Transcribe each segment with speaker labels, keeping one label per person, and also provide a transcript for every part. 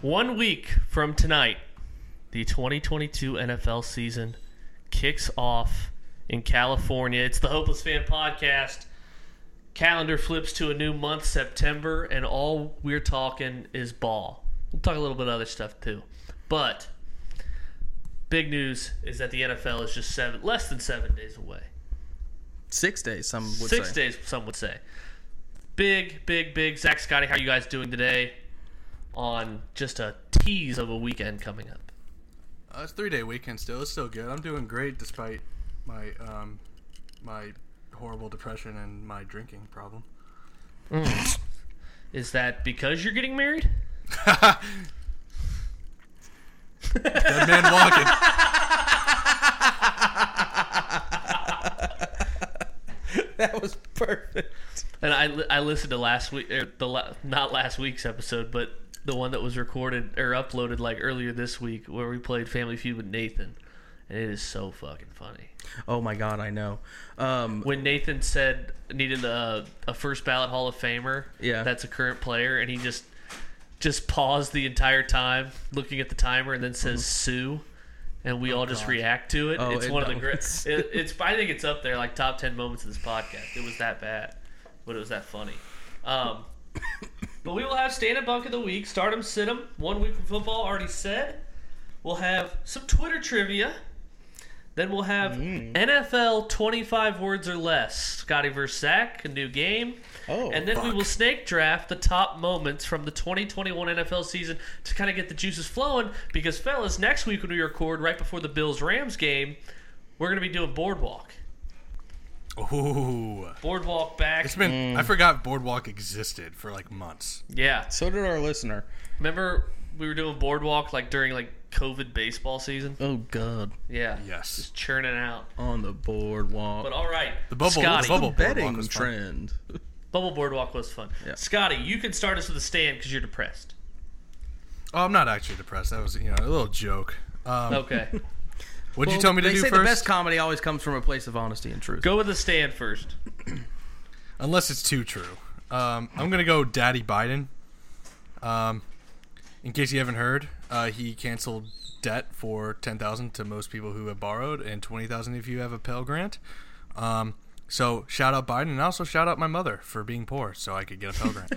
Speaker 1: One week from tonight, the 2022 NFL season kicks off in California. It's the Hopeless Fan Podcast. Calendar flips to a new month, September, and all we're talking is ball. We'll talk a little bit of other stuff too. But big news is that the NFL is just seven less than seven days away.
Speaker 2: Six days, some would
Speaker 1: Six
Speaker 2: say.
Speaker 1: days, some would say. Big, big, big. Zach Scotty, how are you guys doing today on just a tease of a weekend coming up?
Speaker 3: Uh, it's three day weekend still. It's still good. I'm doing great despite my um my horrible depression and my drinking problem.
Speaker 1: Is that because you're getting married?
Speaker 3: Dead man walking.
Speaker 2: That was perfect.
Speaker 1: And I, li- I listened to last week, er, the la- not last week's episode, but the one that was recorded or uploaded like earlier this week where we played Family Feud with Nathan. And it is so fucking funny.
Speaker 2: Oh my god, I know. Um,
Speaker 1: When Nathan said needed a, a first ballot Hall of Famer,
Speaker 2: Yeah.
Speaker 1: that's a current player, and he just just paused the entire time looking at the timer and then says Sue. And we all just react to it.
Speaker 2: Mm-hmm. Oh,
Speaker 1: it's
Speaker 2: it-
Speaker 1: one of the
Speaker 2: no,
Speaker 1: great.
Speaker 2: it's-
Speaker 1: It, it's I think it's up there like top ten moments of this podcast. It was that bad, but it was that funny. Um, but we will have stand up bunk of the week, stardom, sit 'em, one week from football. Already said. We'll have some Twitter trivia. Then we'll have NFL 25 words or less. Scotty versus Zach, a new game.
Speaker 2: Oh,
Speaker 1: and then we will snake draft the top moments from the 2021 NFL season to kind of get the juices flowing. Because, fellas, next week when we record, right before the Bills Rams game, we're going to be doing Boardwalk.
Speaker 3: Ooh,
Speaker 1: Boardwalk back.
Speaker 3: it's been.
Speaker 2: Mm.
Speaker 3: I forgot Boardwalk existed for like months.
Speaker 1: yeah.
Speaker 2: so did our listener.
Speaker 1: Remember we were doing Boardwalk like during like COVID baseball season?
Speaker 2: Oh god,
Speaker 1: Yeah.
Speaker 3: Yes,
Speaker 1: Churning out.
Speaker 2: on the boardwalk.
Speaker 1: But all right.
Speaker 3: the bubble.
Speaker 1: Scotty.
Speaker 3: The bubble Boardwalk
Speaker 2: betting
Speaker 3: was fun.
Speaker 2: trend.
Speaker 1: Bubble Boardwalk was fun.
Speaker 2: Yeah.
Speaker 1: Scotty, you can start us with a stand because you're depressed.
Speaker 3: Oh, I'm not actually depressed. That was you know a little joke. Um,
Speaker 1: Okay.
Speaker 3: What'd you tell me to
Speaker 2: they
Speaker 3: do
Speaker 2: say
Speaker 3: first?
Speaker 2: the best comedy always comes from a place of honesty and truth.
Speaker 1: Go with the stand first.
Speaker 3: Unless it's too true. Um, I'm gonna go Daddy Biden. Um, in case you haven't heard, uh, he canceled debt for ten thousand to most people who have borrowed, and twenty thousand if you have a Pell Grant. Um, so shout out Biden, and also shout out my mother for being poor, so I could get a Pell Grant.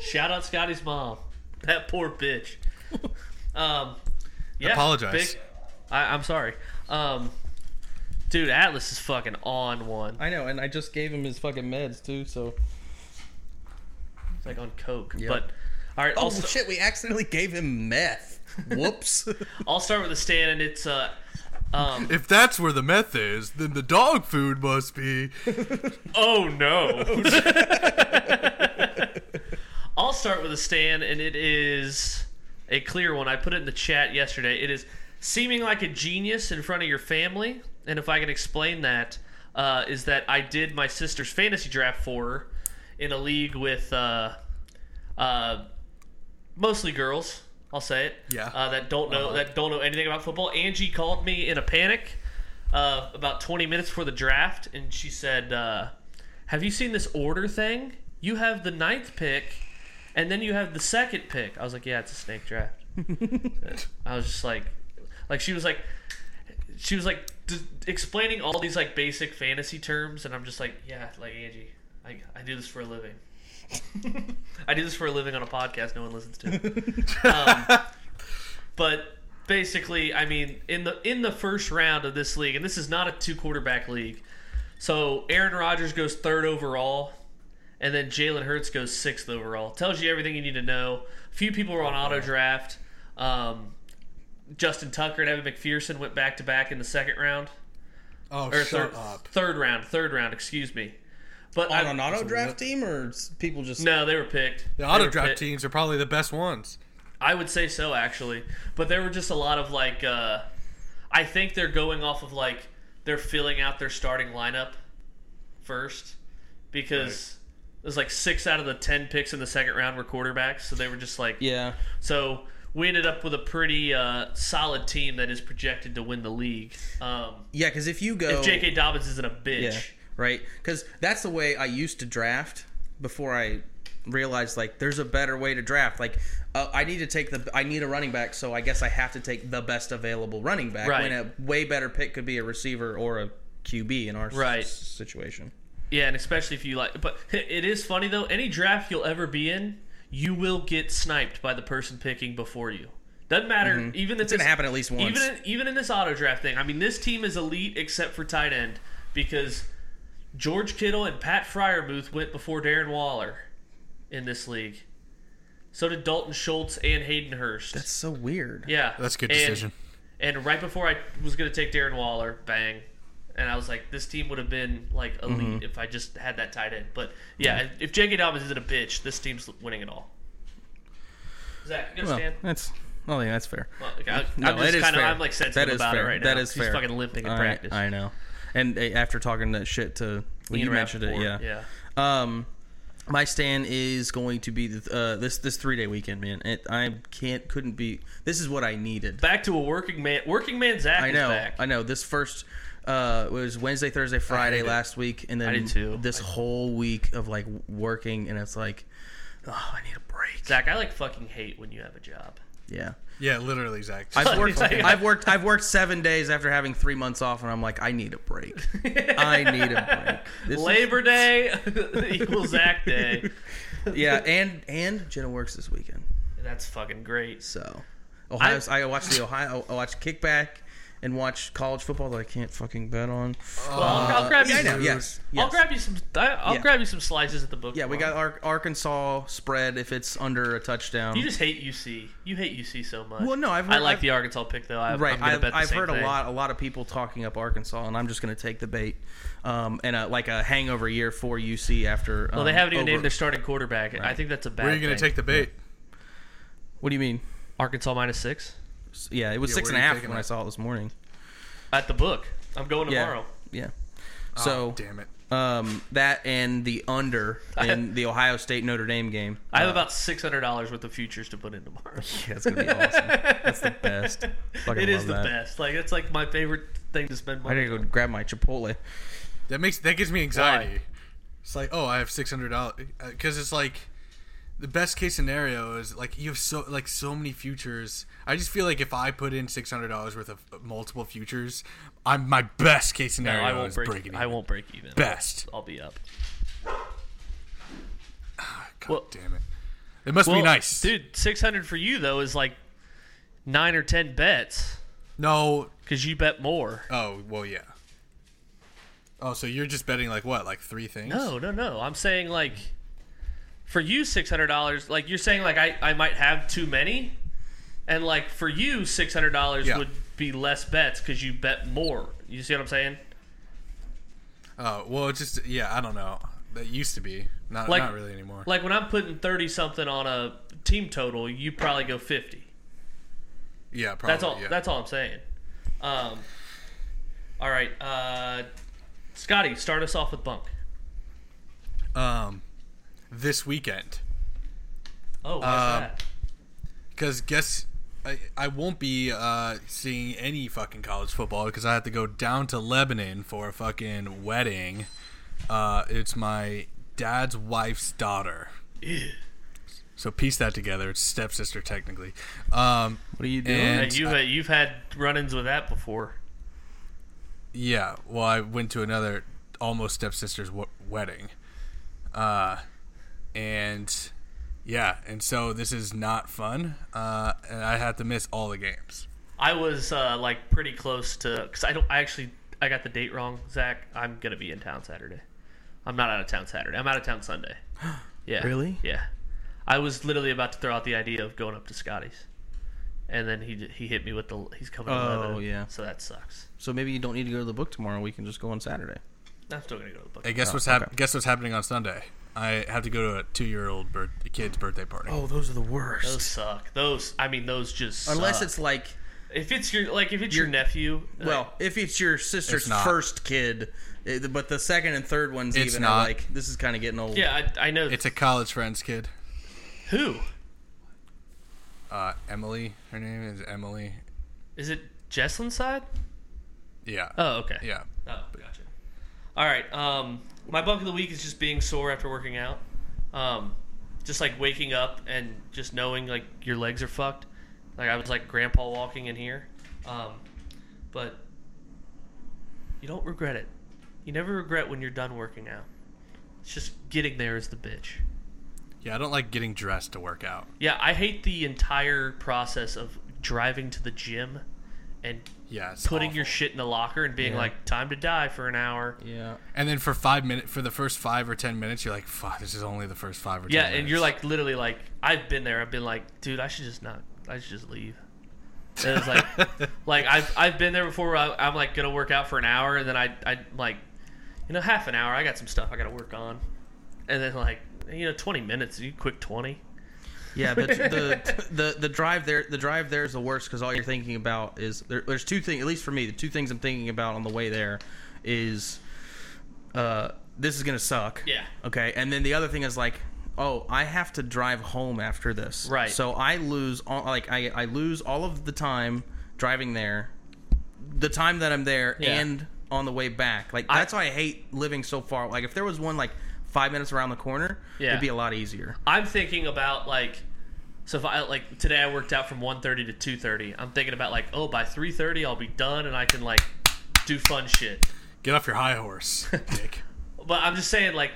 Speaker 1: Shout out Scotty's mom. That poor bitch. Um, yeah,
Speaker 3: Apologize.
Speaker 1: big- I, I'm sorry. Um, dude, Atlas is fucking on one.
Speaker 2: I know, and I just gave him his fucking meds too. So
Speaker 1: It's like on coke.
Speaker 2: Yeah.
Speaker 1: But all right,
Speaker 2: oh
Speaker 1: I'll, st-
Speaker 2: shit, we accidentally gave him meth. Whoops.
Speaker 1: I'll start with the stand, and it's uh, um,
Speaker 3: if that's where the meth is, then the dog food must be.
Speaker 1: Oh no. I'll start with a stand, and it is a clear one. I put it in the chat yesterday. It is seeming like a genius in front of your family, and if I can explain that, uh, is that I did my sister's fantasy draft for her in a league with uh, uh, mostly girls. I'll say it.
Speaker 3: Yeah.
Speaker 1: Uh, that don't know that don't know anything about football. Angie called me in a panic uh, about 20 minutes before the draft, and she said, uh, "Have you seen this order thing? You have the ninth pick, and then you have the second pick." I was like, "Yeah, it's a snake draft." I was just like, like she was like, she was like d- explaining all these like basic fantasy terms, and I'm just like, "Yeah, like Angie, I, I do this for a living." I do this for a living on a podcast no one listens to Um, but basically, I mean, in the in the first round of this league, and this is not a two quarterback league. So Aaron Rodgers goes third overall, and then Jalen Hurts goes sixth overall. Tells you everything you need to know. Few people were on auto draft. Um, Justin Tucker and Evan McPherson went back to back in the second round
Speaker 3: Oh,
Speaker 1: or
Speaker 3: shut
Speaker 1: third,
Speaker 3: up!
Speaker 1: third round, third round. Excuse me. But
Speaker 2: on
Speaker 1: I-
Speaker 2: an auto draft team, or s- people just
Speaker 1: no, they were picked.
Speaker 3: The
Speaker 1: They
Speaker 3: auto
Speaker 1: were
Speaker 3: draft
Speaker 1: picked.
Speaker 3: teams are probably the best ones.
Speaker 1: I would say so actually, but there were just a lot of like uh, I think they're going off of like they're filling out their starting lineup first because there's like six out of the ten picks in the second round were quarterbacks, so they were just like
Speaker 2: yeah.
Speaker 1: so we ended up with a pretty uh, solid team that is projected to win the league. Um,
Speaker 2: Yeah, because if you go,
Speaker 1: if J.K. Dobbins isn't a bitch,
Speaker 2: yeah, right, because that's the way I used to draft before I realized like there's a better way to draft. Like uh, I need to take the I need a running back, so I guess I have to take the best available running back.
Speaker 1: Right.
Speaker 2: When a way better pick could be a receiver or a QB in our s-
Speaker 1: Right.
Speaker 2: situation.
Speaker 1: Yeah, and especially if you like. But it is funny though. Any draft you'll ever be in, you will get sniped by the person picking before you. Doesn't matter. Even if
Speaker 2: Mm-hmm. It's gonna
Speaker 1: this-
Speaker 2: happen at least once.
Speaker 1: Even in, even in this auto draft thing, I mean, this team is elite except for tight end because George Kittle and Pat Fryermuth went before Darren Waller in this league. So did Dalton Schultz and Hayden Hurst.
Speaker 2: That's so weird.
Speaker 1: yeah,
Speaker 3: That's a good
Speaker 1: And-
Speaker 3: decision.
Speaker 1: And right before I was going to take Darren Waller, bang, and I was like, this team would have been like elite
Speaker 2: Mm-hmm.
Speaker 1: if I just had that tight end. But yeah, if J.K. Dobbins isn't a bitch, this team's winning it all. Zach, you
Speaker 2: Well,
Speaker 1: understand?
Speaker 2: that's well, yeah, that's fair.
Speaker 1: Well, okay, I, I'm
Speaker 2: No,
Speaker 1: just
Speaker 2: it is
Speaker 1: kind of
Speaker 2: fair.
Speaker 1: I'm like sensitive
Speaker 2: That is
Speaker 1: about
Speaker 2: fair.
Speaker 1: it right
Speaker 2: That
Speaker 1: now.
Speaker 2: is
Speaker 1: He's
Speaker 2: fair.
Speaker 1: fucking limping in
Speaker 2: I-
Speaker 1: practice.
Speaker 2: I, know. And uh, after talking that shit to well,
Speaker 1: Ian
Speaker 2: you mentioned it,
Speaker 1: Rappaport,
Speaker 2: yeah. Um, my stand is going to be the, uh, this this three day weekend, man. It, I can't couldn't be. This is what I needed.
Speaker 1: Back to a working man. Working man Zach
Speaker 2: I
Speaker 1: is
Speaker 2: know.
Speaker 1: back.
Speaker 2: I know. This first uh, was Wednesday, Thursday, Friday last week, and then
Speaker 1: did too.
Speaker 2: this whole week of like working, and it's like, oh, I need a break.
Speaker 1: Zach, I like fucking hate when you have a job.
Speaker 2: Yeah.
Speaker 3: Yeah, literally, Zach.
Speaker 2: I've worked.
Speaker 1: Like-
Speaker 2: I've worked. I've worked seven days after having three months off, and I'm like, I need a break. I need a break. This is-
Speaker 1: Labor Day equals Zach Day.
Speaker 2: yeah, and and Jenna works this weekend,
Speaker 1: That's fucking great.
Speaker 2: so Ohio. I, watch the Ohio. I watch kickback and watch college football that I can't fucking bet on. Uh,
Speaker 1: Well, I'll, I'll Oh. grab you.
Speaker 2: yeah, I know.
Speaker 1: some-
Speaker 2: Yes,
Speaker 1: I'll
Speaker 2: yes.
Speaker 1: grab you some. I- I'll
Speaker 2: Yeah.
Speaker 1: grab you some slices at the book.
Speaker 2: Yeah, we got
Speaker 1: tomorrow.
Speaker 2: our Arkansas spread if it's under a touchdown.
Speaker 1: You just hate UC. You hate UC so much.
Speaker 2: Well, no, I've
Speaker 1: I like
Speaker 2: I've-
Speaker 1: the Arkansas pick though. I,
Speaker 2: right.
Speaker 1: I'm gonna
Speaker 2: I've,
Speaker 1: bet the
Speaker 2: I've
Speaker 1: same
Speaker 2: heard
Speaker 1: thing.
Speaker 2: a lot, a lot of people talking up Arkansas, and I'm just going to take the bait. Um, and a, like a hangover year for UC after.
Speaker 1: Well, they
Speaker 2: um,
Speaker 1: haven't even
Speaker 2: over-
Speaker 1: named their starting quarterback. I think that's a bad.
Speaker 3: Where are you going
Speaker 1: thing.
Speaker 3: to take the bait?
Speaker 2: What do you mean?
Speaker 1: Arkansas minus six
Speaker 2: Yeah, it was
Speaker 3: Yeah,
Speaker 2: six and
Speaker 3: where
Speaker 2: a
Speaker 3: are you
Speaker 2: half
Speaker 3: taking
Speaker 2: when I
Speaker 3: that?
Speaker 2: saw it this morning.
Speaker 1: at the book? I'm going
Speaker 2: Yeah.
Speaker 1: tomorrow.
Speaker 2: Yeah.
Speaker 3: Oh,
Speaker 2: So
Speaker 3: damn it.
Speaker 2: um, that and the under in the Ohio State Notre Dame game.
Speaker 1: I have about six hundred dollars worth of futures to put in tomorrow.
Speaker 2: Yeah, it's gonna be awesome. That's the best. Fucking
Speaker 1: it is
Speaker 2: love
Speaker 1: the
Speaker 2: that.
Speaker 1: best. Like it's like my favorite thing to spend
Speaker 2: I
Speaker 1: money.
Speaker 2: gotta go grab my Chipotle.
Speaker 3: That makes that gives me anxiety. It's like, oh, I have six hundred dollars because it's like the best case scenario is like you have so like so many futures. I just feel like if I put in six hundred dollars worth of uh, multiple futures, I'm my best case
Speaker 1: No,
Speaker 3: scenario
Speaker 1: I won't
Speaker 3: is
Speaker 1: break.
Speaker 3: breaking.
Speaker 1: I
Speaker 3: even.
Speaker 1: won't break even.
Speaker 3: Best.
Speaker 1: I'll be up.
Speaker 3: God
Speaker 1: Well-
Speaker 3: damn it! It must be nice,
Speaker 1: dude. Six hundred for you though is like nine or ten bets
Speaker 3: No,
Speaker 1: because you bet more.
Speaker 3: oh well, yeah. Oh, so you're just betting like what, like three things?
Speaker 1: No, no, no. I'm saying like for you six hundred dollars. Like you're saying like I I might have too many, and like for you six hundred dollars
Speaker 3: Yeah.
Speaker 1: would be less bets because you bet more. You see what I'm saying?
Speaker 3: Oh well, it's just yeah. I don't know. That used to be not
Speaker 1: Like-
Speaker 3: not really anymore.
Speaker 1: Like when I'm putting thirty something on a team total, you probably go fifty.
Speaker 3: yeah, probably.
Speaker 1: That's all.
Speaker 3: Oh, yeah.
Speaker 1: That's all I'm saying. Um, all right, uh, Scotty, start us off with bunk.
Speaker 3: um, this weekend.
Speaker 1: Oh, what's
Speaker 3: Um,
Speaker 1: that?
Speaker 3: Because guess I, I won't be uh, seeing any fucking college football because I have to go down to Lebanon for a fucking wedding. Uh, it's my dad's wife's daughter. So piece that together. It's stepsister technically. Um,
Speaker 2: What are you doing?
Speaker 3: And-
Speaker 1: Hey, you've you've had run-ins with that before.
Speaker 3: yeah. Well, I went to another almost stepsister's w- wedding. Uh, and yeah, and so this is not fun. Uh, and I had to miss all the games.
Speaker 1: I was uh, like pretty close to because I don't. I actually I got the date wrong, Zach. I'm gonna be in town Saturday. I'm not out of town Saturday. I'm out of town Sunday. Yeah.
Speaker 2: Really?
Speaker 1: Yeah. I was literally about to throw out the idea of going up to Scotty's, and then he he hit me with the he's coming. to
Speaker 2: Oh,
Speaker 1: Lebanon,
Speaker 2: yeah.
Speaker 1: So that sucks.
Speaker 2: So maybe you don't need to go to the book tomorrow. We can just go on Saturday.
Speaker 1: I'm still gonna go to the book.
Speaker 3: Hey, guess what's hap- guess what's happening on Sunday? I have to go to a two-year-old birth- kid's birthday party.
Speaker 2: Oh, those are the worst.
Speaker 1: Those suck. Those I mean those just
Speaker 2: Unless
Speaker 1: suck.
Speaker 2: it's like,
Speaker 1: if it's your like if it's your, nephew. like-
Speaker 2: well, if it's your sister's
Speaker 3: It's not.
Speaker 2: first kid, it- but the second and third ones
Speaker 3: It's
Speaker 2: even
Speaker 3: not.
Speaker 2: are like, this is kind of getting old.
Speaker 1: yeah, I, I know
Speaker 3: it's a college friend's kid.
Speaker 1: who
Speaker 3: Uh, Emily, her name is Emily.
Speaker 1: is it? Jesslyn's side?
Speaker 3: Yeah,
Speaker 1: Oh, okay.
Speaker 3: yeah.
Speaker 1: Oh, gotcha. All right. Um, my bunk of the week is just being sore after working out. Um, just like waking up and just knowing like your legs are fucked. Like I was like grandpa walking in here, um, but you don't regret it. You never regret when you're done working out. It's just getting there is the bitch.
Speaker 3: Yeah, I don't like getting dressed to work out.
Speaker 1: Yeah, I hate the entire process of driving to the gym and
Speaker 3: Yeah, it's
Speaker 1: putting
Speaker 3: awful.
Speaker 1: your shit in the locker and being
Speaker 2: Yeah.
Speaker 1: like, time to die for an hour.
Speaker 2: Yeah.
Speaker 3: and then for five minutes, for the first five or ten minutes, you're like, "Fuck, this is only the first five or
Speaker 1: Yeah,
Speaker 3: ten
Speaker 1: and
Speaker 3: minutes."
Speaker 1: you're like literally like I've been there. I've been like, dude, I should just not. I should just leave. And it's like, like I've I've been there before. Where I, I'm like gonna work out for an hour, and then I I like, you know, half an hour. I got some stuff I gotta work on, and then like you know, 20 minutes. You quick 20.
Speaker 2: Yeah, but the, the the drive there the drive there is the worst because all you're thinking about is there, there's two things at least for me the two things I'm thinking about on the way there is uh this is gonna suck
Speaker 1: Yeah.
Speaker 2: okay and then the other thing is like oh I have to drive home after this
Speaker 1: Right.
Speaker 2: so I lose all like I I lose all of the time driving there the time that I'm there
Speaker 1: Yeah.
Speaker 2: and on the way back like
Speaker 1: I-
Speaker 2: that's why I hate living so far like if there was one like five minutes around the corner
Speaker 1: Yeah.
Speaker 2: it'd be a lot easier
Speaker 1: I'm thinking about like so if I like today I worked out from 1:30 to 2:30. I'm thinking about like oh by 3:30 I'll be done and I can like do fun shit.
Speaker 3: "Get off your high horse, dick."
Speaker 1: But I'm just saying like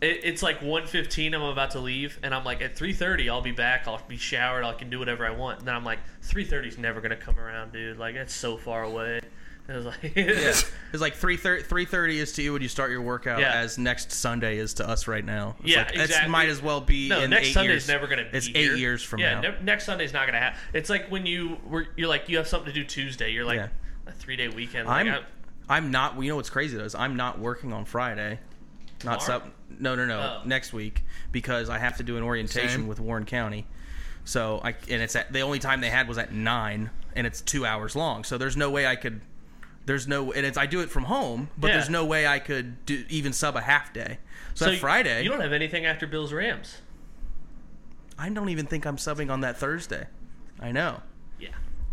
Speaker 1: it, it's like 1:15 I'm about to leave and I'm like at 3:30 I'll be back. I'll be showered. I can do whatever I want. And then I'm like 3:30 is never gonna come around, dude. Like that's so far away. And I was like
Speaker 2: It's like 3.30 3.30 is to you when you start your workout
Speaker 1: Yeah.
Speaker 2: as next Sunday is to us right now. It's
Speaker 1: Yeah,
Speaker 2: like, that's-
Speaker 1: exactly.
Speaker 2: might as well be
Speaker 1: No,
Speaker 2: in
Speaker 1: next
Speaker 2: eight
Speaker 1: Sunday's
Speaker 2: years.
Speaker 1: never gonna. Be
Speaker 2: It's
Speaker 1: here.
Speaker 2: eight years from
Speaker 1: yeah,
Speaker 2: now.
Speaker 1: ne- next Sunday's not gonna happen. It's like when you were, you're like you have something to do Tuesday. You're like
Speaker 2: Yeah.
Speaker 1: a three day weekend. Like,
Speaker 2: I'm,
Speaker 1: I-
Speaker 2: I'm not, you know what's crazy though is I'm not working on Friday. Not
Speaker 1: Tomorrow?
Speaker 2: sub, no, no, no,
Speaker 1: Oh.
Speaker 2: next week because I have to do an orientation
Speaker 3: Same.
Speaker 2: with Warren County. So I, and it's at, the only time they had was at nine and it's two hours long. So there's no way I could, there's no, and it's, I do it from home, but
Speaker 1: Yeah.
Speaker 2: there's no way I could do even sub a half day. So,
Speaker 1: y-
Speaker 2: that Friday,
Speaker 1: You don't have anything after Bills Rams.
Speaker 2: I don't even think I'm subbing on that Thursday. I know.
Speaker 1: Yeah,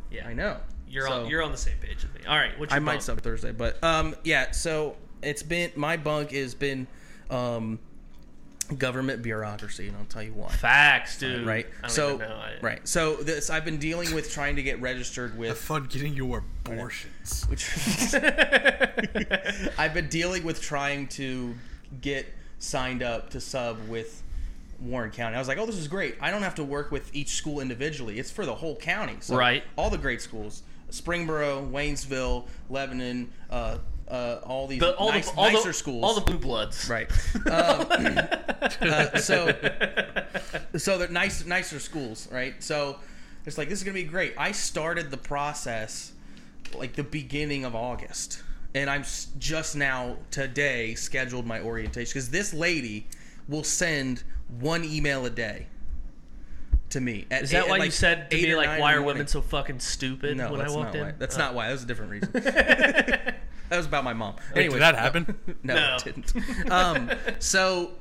Speaker 1: yeah.
Speaker 2: I know.
Speaker 1: You're
Speaker 2: So,
Speaker 1: on. You're on the same page as me. All right. What's
Speaker 2: I
Speaker 1: your
Speaker 2: might
Speaker 1: bump?
Speaker 2: sub Thursday, but um, yeah. So it's been my bunk has been um, government bureaucracy, and I'll tell you why.
Speaker 1: Facts, dude.
Speaker 2: Right.
Speaker 1: I don't
Speaker 2: So
Speaker 1: even know. I-
Speaker 2: right. So this I've been dealing with trying to get registered
Speaker 3: Have
Speaker 2: with.
Speaker 3: fun getting your abortions.
Speaker 2: Which, I've been dealing with trying to get signed up to sub with Warren County. I was like, oh, this is great. I don't have to work with each school individually. It's for the whole county. So
Speaker 1: Right.
Speaker 2: All the great schools: Springboro, Waynesville, Lebanon, uh, uh, all these
Speaker 1: The, all
Speaker 2: nice,
Speaker 1: the all
Speaker 2: nicer
Speaker 1: the,
Speaker 2: schools.
Speaker 1: all the blue bloods.
Speaker 2: right. Um, uh, so so they're nice, nicer schools, right? So it's like this is gonna be great. I started the process like the beginning of August, and I'm s- just now today scheduled my orientation because this lady will send one email a day to me. At
Speaker 1: Is
Speaker 2: eight-
Speaker 1: that
Speaker 2: at,
Speaker 1: why you
Speaker 2: like,
Speaker 1: said to
Speaker 2: eight
Speaker 1: me
Speaker 2: or
Speaker 1: like,
Speaker 2: nine
Speaker 1: why
Speaker 2: in
Speaker 1: are
Speaker 2: the
Speaker 1: women
Speaker 2: morning.
Speaker 1: so fucking stupid
Speaker 2: No,
Speaker 1: when I
Speaker 2: that's
Speaker 1: walked
Speaker 2: not
Speaker 1: in?
Speaker 2: why. That's
Speaker 1: Oh.
Speaker 2: not why. That was a different reason. that was about my mom.
Speaker 3: Wait,
Speaker 2: Anyway,
Speaker 3: did that happen?
Speaker 2: No,
Speaker 1: No.
Speaker 2: it didn't. Um, so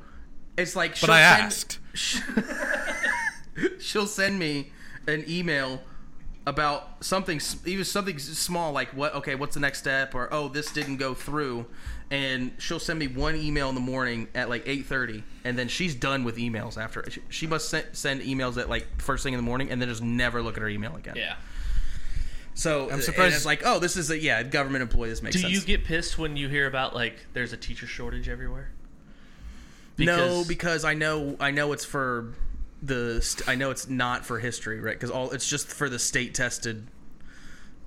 Speaker 2: it's like,
Speaker 3: But I asked.
Speaker 2: she'll send me an email about something s- even something s- small like what okay what's the next step or oh this didn't go through and she'll send me one email in the morning at like 8.30 and then she's done with emails after she, she must se- send emails at like first thing in the morning and then just never look at her email again
Speaker 1: Yeah.
Speaker 2: so i'm
Speaker 3: surprised-
Speaker 2: surprised it's like oh this is a yeah government employee this makes
Speaker 1: Do
Speaker 2: sense
Speaker 1: you get pissed when you hear about like there's a teacher shortage everywhere?
Speaker 2: no, because I know I know it's for the st- I know it's not for history, right? Because all it's just for the state tested.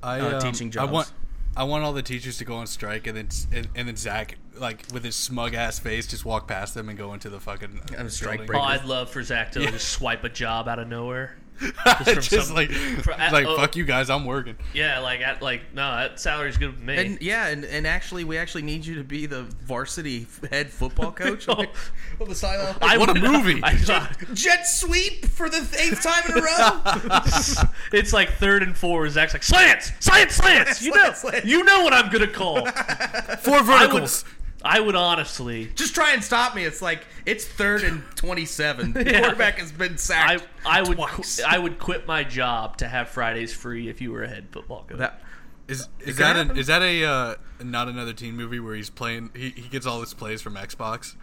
Speaker 3: I,
Speaker 2: uh,
Speaker 3: um,
Speaker 2: teaching
Speaker 3: I
Speaker 2: jobs.
Speaker 3: want, I want all the teachers to go on strike, and then s- and, and then Zach, like with his smug ass face, just walk past them and go into the fucking uh,
Speaker 2: a strike
Speaker 1: Oh,
Speaker 3: building.
Speaker 2: break.
Speaker 1: I'd love for Zach to just swipe a job out of nowhere.
Speaker 3: just
Speaker 1: some-
Speaker 3: like,
Speaker 1: at-
Speaker 3: like
Speaker 1: oh.
Speaker 3: fuck you guys, I'm working.
Speaker 1: Yeah, like at like no, that salary's good with me.
Speaker 2: And yeah, and, and actually, we actually need you to be the varsity f- head football coach like, of the sideline.
Speaker 1: I
Speaker 3: What a
Speaker 1: would-
Speaker 3: movie.
Speaker 1: I thought-
Speaker 2: Jet sweep for the eighth time in a row.
Speaker 1: it's like third and four. Zach's like slants, slants, slants. You know,
Speaker 2: Slants, slants.
Speaker 1: you know what I'm gonna call.
Speaker 3: Four
Speaker 1: I would,
Speaker 3: verticals.
Speaker 1: I would honestly,
Speaker 2: Just try and stop me. It's like it's third and twenty-seven. The
Speaker 1: Yeah.
Speaker 2: quarterback has been
Speaker 1: I
Speaker 2: sacked.
Speaker 1: I would
Speaker 2: Twice.
Speaker 1: qu- I would quit my job to have Fridays free if you were a head football coach.
Speaker 2: that,
Speaker 3: Is is
Speaker 2: could
Speaker 3: that an,
Speaker 2: happen.
Speaker 3: is that a uh, not another teen movie where he's playing? He, he gets all his plays from Xbox.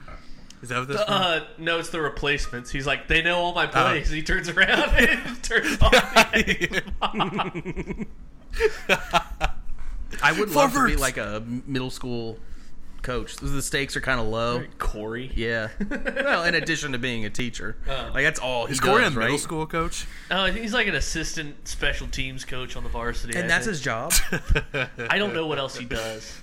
Speaker 3: Is that what this? from?
Speaker 1: Uh, no, it's the replacements. He's like, they know all
Speaker 2: Oh.
Speaker 1: my plays. He turns around and turns off. the
Speaker 2: I would love to be
Speaker 3: Forwards.
Speaker 2: like a middle school coach. The stakes are kind of low.
Speaker 1: game. Corey.
Speaker 2: Yeah. well, in addition to being a teacher,
Speaker 1: Uh-huh.
Speaker 2: like that's all he
Speaker 3: Is
Speaker 2: does,
Speaker 3: Corey a middle
Speaker 2: right?
Speaker 3: school coach?
Speaker 1: Oh, I think he's like an assistant special teams coach on the varsity.
Speaker 2: and
Speaker 1: I
Speaker 2: that's
Speaker 1: think.
Speaker 2: his job.
Speaker 1: I don't know what else he does.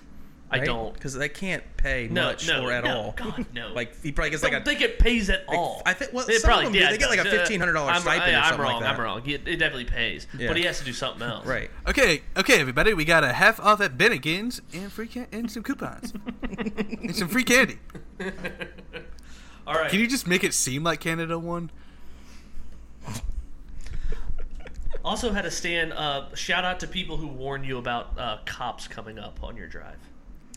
Speaker 1: I don't.
Speaker 2: because they can't pay
Speaker 1: No,
Speaker 2: much
Speaker 1: no,
Speaker 2: or at
Speaker 1: no,
Speaker 2: all.
Speaker 1: God, no.
Speaker 2: Like he probably gets
Speaker 1: I
Speaker 2: like
Speaker 1: don't
Speaker 2: a
Speaker 1: think it pays at all.
Speaker 2: I think- well,
Speaker 1: It
Speaker 2: some of them do.
Speaker 1: yeah,
Speaker 2: They get like a
Speaker 1: it does. Uh, I'm-
Speaker 2: $1,500 stipend or
Speaker 1: I, I'm
Speaker 2: something like
Speaker 1: wrong.
Speaker 2: that.
Speaker 1: I'm wrong. It, it definitely pays,
Speaker 2: Yeah.
Speaker 1: but he has to do something else.
Speaker 2: right.
Speaker 3: Okay, okay, everybody, we got a half off at Bennigan's and free can- and some coupons and some free candy.
Speaker 1: All right.
Speaker 3: Can you just make it seem like Canada won?
Speaker 1: also had a stand. Uh, shout out to people who warn you about uh, cops coming up on your drive.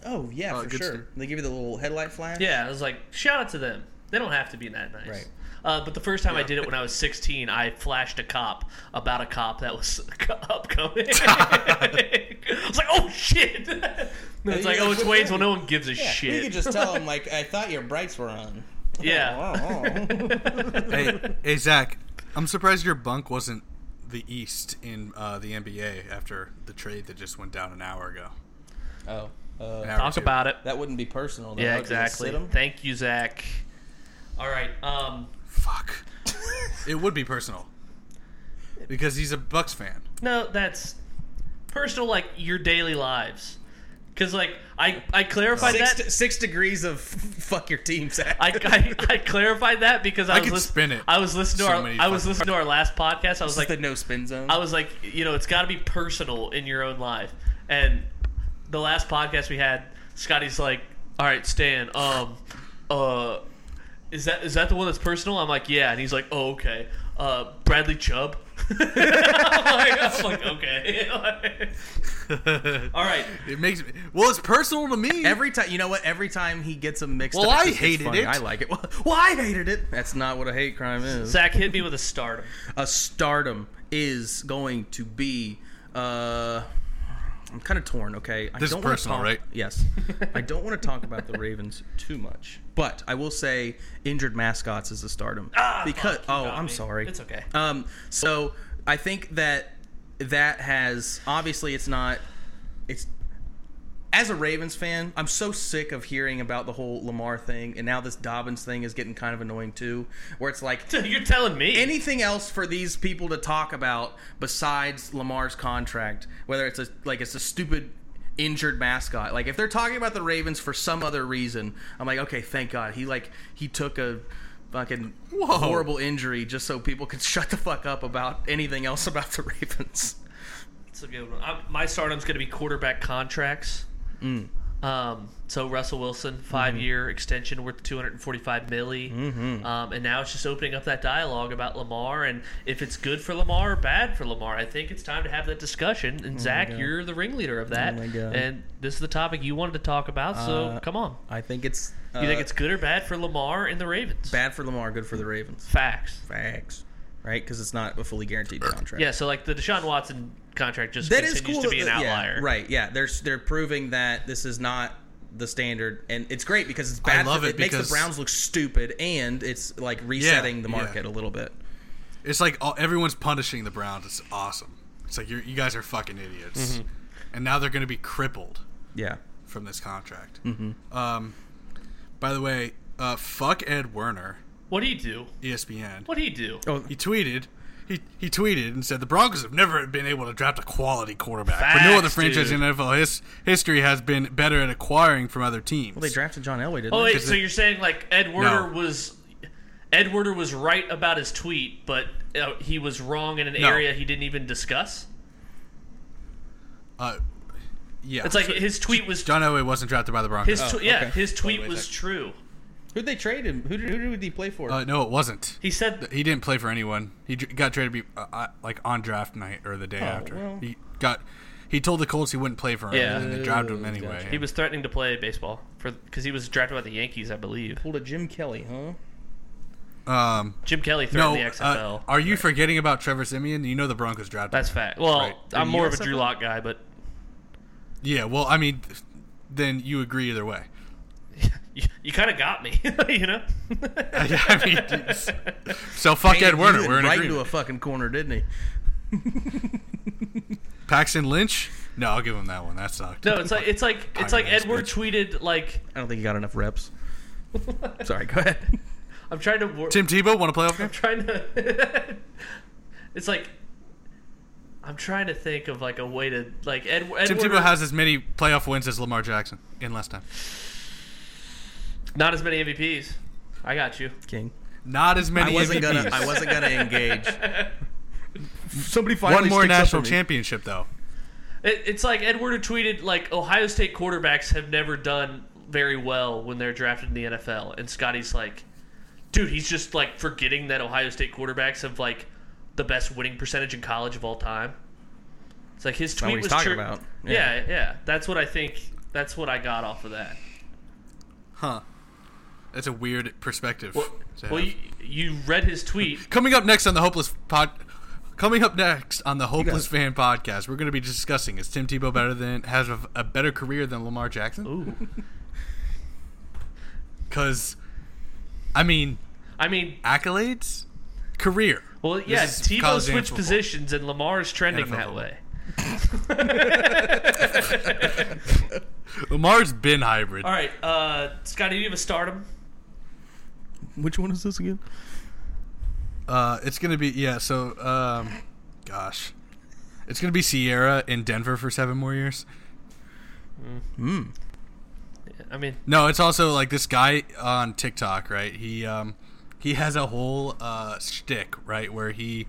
Speaker 2: Oh yeah,
Speaker 3: Oh,
Speaker 2: for
Speaker 3: good
Speaker 2: sure.
Speaker 3: stuff.
Speaker 2: They give you the little headlight flash.
Speaker 1: Yeah, I was like, shout out to them. They don't have to be that nice.
Speaker 2: Right.
Speaker 1: Uh, but the first time I did it when I was 16, I flashed a cop about a cop that was upcoming. I was like, oh shit! And it's like, oh, it's Wayne's. Well, no one gives a
Speaker 2: Yeah,
Speaker 1: shit.
Speaker 2: You could just tell him like I thought your brights were on.
Speaker 1: yeah.
Speaker 3: Hey, hey, Zach, I'm surprised your bunk wasn't the East in uh, the NBA after the trade that just went down an hour ago.
Speaker 2: oh, uh,
Speaker 3: An hour or
Speaker 1: Talk
Speaker 3: two.
Speaker 1: about it.
Speaker 2: that wouldn't be personal. Though.
Speaker 1: Yeah,
Speaker 2: That would just
Speaker 1: exactly.
Speaker 2: sit 'em.
Speaker 1: Thank you, Zach. All right. Um,
Speaker 3: Fuck. it would be personal because he's a Bucks fan.
Speaker 1: no, that's personal, like your daily lives. Because, like, I, I clarified
Speaker 2: Six,
Speaker 1: that.
Speaker 2: de- six degrees of fuck your team, Zach.
Speaker 1: I, I, I clarified that because I, was
Speaker 3: could
Speaker 1: lis-
Speaker 3: spin it
Speaker 1: I was listening to
Speaker 3: so
Speaker 1: our
Speaker 3: many
Speaker 1: I was
Speaker 3: fucking-
Speaker 1: listening to our last podcast. I was like
Speaker 2: the no spin zone.
Speaker 1: I was like you know it's got to be personal in your own life. And the last podcast we had, Scotty's like, "All right, Stan, um, uh, is that is that the one that's personal?" I'm like, "Yeah," and he's like, "Oh, okay." Uh, Bradley Chubb. I'm, like, I'm like, okay. All right.
Speaker 3: It makes me. Well, it's personal to me.
Speaker 2: Every time, you know what? Every time he gets them mixed
Speaker 3: Well,
Speaker 2: up,
Speaker 3: I
Speaker 2: it's- it's
Speaker 3: hated
Speaker 2: funny.
Speaker 3: it.
Speaker 2: I like it. Well, well, I hated it. That's not what a hate crime is.
Speaker 1: Zach hit me with a stardom.
Speaker 2: a stardom is going to be. Uh, I'm kind of torn. Okay, I
Speaker 3: This is
Speaker 2: wanna
Speaker 3: personal,
Speaker 2: talk-
Speaker 3: right?
Speaker 2: Yes, I don't want to talk about the Ravens too much, but I will say injured mascots is a stardom
Speaker 1: Ah,
Speaker 2: because.
Speaker 1: fuck, you
Speaker 2: Oh,
Speaker 1: got
Speaker 2: I'm
Speaker 1: me.
Speaker 2: sorry.
Speaker 1: It's okay.
Speaker 2: Um, so I think that that has obviously it's not it's as a Ravens fan, I'm so sick of hearing about the whole Lamar thing, and now this Dobbins thing is getting kind of annoying too, where it's like
Speaker 1: You're telling me
Speaker 2: anything else for these people to talk about besides Lamar's contract, whether it's a like it's a stupid injured mascot. Like if they're talking about the Ravens for some other reason, I'm like, okay, thank God he like he took a fucking
Speaker 3: Whoa.
Speaker 2: horrible injury just so people could shut the fuck up about anything else about the Ravens.
Speaker 1: It's a good one. I'm, my stardom's going to be quarterback contracts.
Speaker 2: Mm.
Speaker 1: Um, so Russell Wilson,
Speaker 2: Mm-hmm.
Speaker 1: 5 year extension worth 245 milli, um, and now it's just opening up that dialogue about Lamar and if it's good for Lamar or bad for Lamar. I think it's time to have that
Speaker 2: Oh
Speaker 1: discussion. And Zach, you're the ringleader of that,
Speaker 2: my God.
Speaker 1: and this is the topic you wanted to talk about. So
Speaker 2: Uh,
Speaker 1: come on,
Speaker 2: I think it's uh,
Speaker 1: you think it's good or bad for Lamar and the Ravens?
Speaker 2: bad for Lamar, good for the Ravens.
Speaker 1: Facts.
Speaker 2: Facts, right? Because it's not a fully guaranteed contract.
Speaker 1: Yeah. So like the Deshaun Watson contract just
Speaker 2: That is
Speaker 1: continues
Speaker 2: cool
Speaker 1: to be an
Speaker 2: that- yeah,
Speaker 1: outlier.
Speaker 2: right? Yeah, they're they're proving that this is not the standard, and it's great because it's
Speaker 3: I
Speaker 2: bad.
Speaker 3: love
Speaker 2: for,
Speaker 3: it
Speaker 2: it makes
Speaker 3: because-
Speaker 2: the Browns look stupid, and it's like resetting the
Speaker 3: yeah.
Speaker 2: market a little bit.
Speaker 3: It's like all, everyone's punishing the Browns. It's awesome. It's like you're, you guys are fucking idiots,
Speaker 1: Mm-hmm.
Speaker 3: and now they're going to be crippled
Speaker 2: Yeah,
Speaker 3: from this contract.
Speaker 1: Mm-hmm.
Speaker 3: Um, by the way, uh, fuck Ed Werner, E
Speaker 1: What do you do?
Speaker 3: ESPN.
Speaker 1: What do you do?
Speaker 3: He tweeted. He, he tweeted and said the Broncos have never been able to draft a quality quarterback. but no
Speaker 1: Facts,
Speaker 3: other franchise
Speaker 1: dude.
Speaker 3: in NFL his, history has been better at acquiring from other teams.
Speaker 2: they drafted John Elway, didn't
Speaker 1: Oh
Speaker 2: they?
Speaker 1: wait, so you're saying like Ed Werder
Speaker 3: No.
Speaker 1: was Ed Werder was right about his tweet, but uh, he was wrong in an
Speaker 3: No.
Speaker 1: area he didn't even discuss.
Speaker 3: uh, yeah,
Speaker 1: It's like his tweet was
Speaker 3: John Elway wasn't drafted by the Broncos.
Speaker 1: his tw- yeah
Speaker 2: okay.
Speaker 1: his tweet
Speaker 3: Oh, wait a
Speaker 1: was
Speaker 3: sec.
Speaker 1: true.
Speaker 2: Who'd they trade him? Who did, who did he play for?
Speaker 3: uh, no, it wasn't.
Speaker 1: He said
Speaker 3: He didn't play for anyone. He dr- got traded be, uh, uh, like on draft night or the day after.
Speaker 2: well.
Speaker 3: He got he told the Colts he wouldn't play for him,
Speaker 1: Yeah.
Speaker 3: and they drafted him anyway.
Speaker 1: he was threatening to play baseball for because he was drafted by the Yankees, I believe.
Speaker 2: Pulled a Jim Kelly, huh?
Speaker 3: um,
Speaker 1: Jim Kelly threatened
Speaker 3: no,
Speaker 1: the XFL.
Speaker 3: uh, are you forgetting about Trevor Simeon? You know the Broncos drafted.
Speaker 1: That's
Speaker 3: him.
Speaker 1: fact. Well,
Speaker 3: Right.
Speaker 1: I'm
Speaker 2: The
Speaker 1: more of a
Speaker 2: USFL?
Speaker 1: Drew Lock guy, but
Speaker 3: yeah. Well, I mean, th- then you agree either way.
Speaker 1: you, you kind of got me, you know.
Speaker 3: I mean, it's- so fuck Ed
Speaker 2: Painted
Speaker 3: Werner.
Speaker 2: Ethan
Speaker 3: We're in
Speaker 2: right into a
Speaker 3: agreement.
Speaker 2: fucking corner, didn't he?
Speaker 3: Paxton Lynch. No, I'll give him that one. That sucked.
Speaker 1: No, it's like it's like it's like
Speaker 3: Pirate ass
Speaker 1: Edward tweeted like
Speaker 2: I don't think he got enough reps. Sorry, go ahead.
Speaker 1: I'm trying to wor-
Speaker 3: Tim Tebow want to play off game?
Speaker 1: trying to. it's like I'm trying to think of like a way to like Ed, Edward.
Speaker 3: Tim Tebow has as many playoff wins as Lamar Jackson in less time.
Speaker 1: not as many MVPs. I got you.
Speaker 2: King.
Speaker 3: Not as many.
Speaker 2: I wasn't gonna.
Speaker 3: MVPs.
Speaker 2: I wasn't gonna engage. Somebody finally
Speaker 3: One more
Speaker 2: sticks up
Speaker 3: national
Speaker 2: for me.
Speaker 3: championship though.
Speaker 1: It, it's like Edward tweeted like Ohio State quarterbacks have never done very well when they're drafted in the NFL, and Scotty's like, dude, he's just like forgetting that Ohio State quarterbacks have like the best winning percentage in college of all time. It's like his tweet
Speaker 2: what he's
Speaker 1: was
Speaker 2: talking
Speaker 1: true.
Speaker 2: about.
Speaker 1: Yeah.
Speaker 2: Yeah.
Speaker 1: yeah, That's what I think. That's what I got off of that.
Speaker 3: Huh. That's a weird perspective. to
Speaker 1: Well,
Speaker 3: have.
Speaker 1: you, you read his tweet.
Speaker 3: Coming up next on the Hopeless Pod. Coming up next on the Hopeless Fan Podcast, we're going to be discussing is Tim Tebow better than has a, a better career than Lamar Jackson?
Speaker 1: Ooh.
Speaker 3: Because, I mean,
Speaker 1: I mean,
Speaker 3: accolades, career.
Speaker 1: well, yeah,
Speaker 3: is
Speaker 1: Tebow
Speaker 3: college
Speaker 1: switched
Speaker 3: football.
Speaker 1: positions, and Lamar is trending
Speaker 3: NFL
Speaker 1: that
Speaker 3: football.
Speaker 1: way.
Speaker 3: Lamar's been hybrid.
Speaker 1: All right, uh, Scotty, do you have a stardom?
Speaker 2: Which one is this again?
Speaker 3: Uh, it's gonna be yeah. So, um, gosh, it's gonna be Sierra in Denver for seven more years.
Speaker 1: I mean,
Speaker 3: No, it's also like this guy on TikTok, right? He um, he has a whole uh, shtick, right, where he,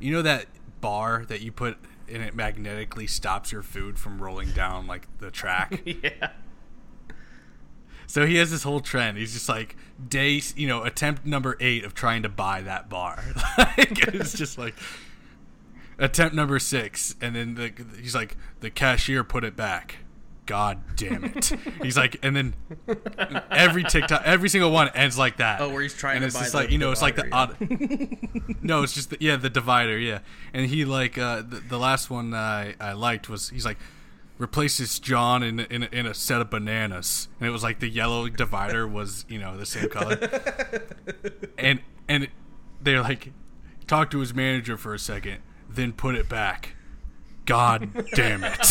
Speaker 3: you know, that bar that you put and it magnetically stops your food from rolling down like the track.
Speaker 1: yeah.
Speaker 3: so he has this whole trend. He's just like day, you know, attempt number eight of trying to buy that bar. like, it's just like attempt number six, and then the, he's like the cashier put it back. God damn it! he's like, and then every TikTok, every single one ends like that.
Speaker 2: Oh, where he's trying
Speaker 3: and
Speaker 2: to
Speaker 3: it's
Speaker 2: buy
Speaker 3: just
Speaker 2: the
Speaker 3: like you know, it's like the
Speaker 2: divider,
Speaker 3: odd. no, it's just the, yeah, the divider, yeah. And he like uh, the, the last one I I liked was he's like replaces John in in in a set of bananas, and it was like the yellow divider was you know the same color, and and they're like talk to his manager for a second, then put it back. God damn it!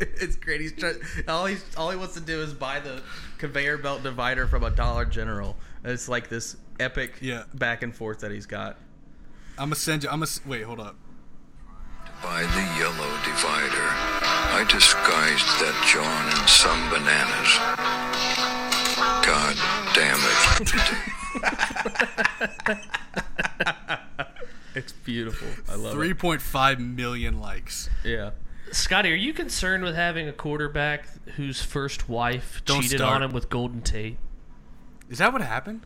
Speaker 2: It's great. He's trying. All he's all he wants to do is buy the conveyor belt divider from a Dollar General. It's like this epic
Speaker 3: Yeah.
Speaker 2: back and forth that he's got.
Speaker 3: I'm gonna send you. I'm gonna s- wait. Hold up.
Speaker 4: By the yellow divider, I disguised that John in some bananas. God damn it.
Speaker 2: It's beautiful. I love
Speaker 3: Three point five million likes.
Speaker 2: it. Yeah.
Speaker 1: Scotty, are you concerned with having a quarterback whose first wife
Speaker 3: Don't
Speaker 1: cheated
Speaker 3: start.
Speaker 1: on him with Golden Tate?
Speaker 3: Is that what happened?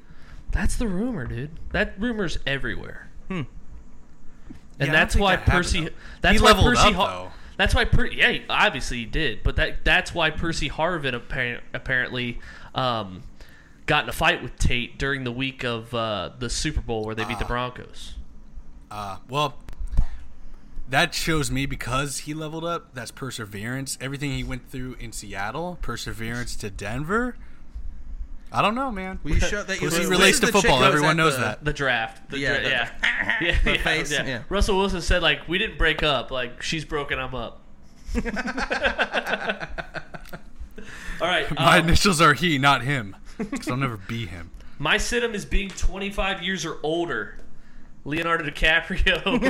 Speaker 1: That's the rumor, dude. That rumor's everywhere. Hmm.
Speaker 3: Yeah, I
Speaker 1: And
Speaker 3: don't
Speaker 1: that's
Speaker 3: think
Speaker 1: why
Speaker 3: that happened,
Speaker 1: Percy.
Speaker 3: though.
Speaker 1: that's
Speaker 3: He
Speaker 1: why
Speaker 3: leveled
Speaker 1: Percy
Speaker 3: up,
Speaker 1: Har-
Speaker 3: though.
Speaker 1: That's why. Per- yeah, he- obviously he did. But that that's why Percy Harvin appar- apparently um, got in a fight with Tate during the week of uh, the Super Bowl where they
Speaker 3: Ah.
Speaker 1: beat the Broncos.
Speaker 3: Uh, well, that shows me because he leveled up. That's perseverance. Everything he went through in Seattle, perseverance to Denver. I don't know, man.
Speaker 2: Will you show that?
Speaker 3: Pussy
Speaker 2: this
Speaker 3: relates
Speaker 2: is
Speaker 3: to
Speaker 2: the chick
Speaker 3: football.
Speaker 2: that was
Speaker 3: Everyone
Speaker 2: at
Speaker 3: knows
Speaker 2: the-
Speaker 3: that.
Speaker 1: The draft. The
Speaker 2: Yeah,
Speaker 1: dra-
Speaker 2: the-
Speaker 1: yeah. yeah, yeah,
Speaker 2: face,
Speaker 1: yeah.
Speaker 2: yeah.
Speaker 1: Russell Wilson said like we didn't break up, like she's broken, I'm up. All right.
Speaker 3: My
Speaker 1: uh,
Speaker 2: Oh.
Speaker 3: initials are he, not him. Because I'll never be him.
Speaker 1: my situm is being 25 years or older. Leonardo DiCaprio,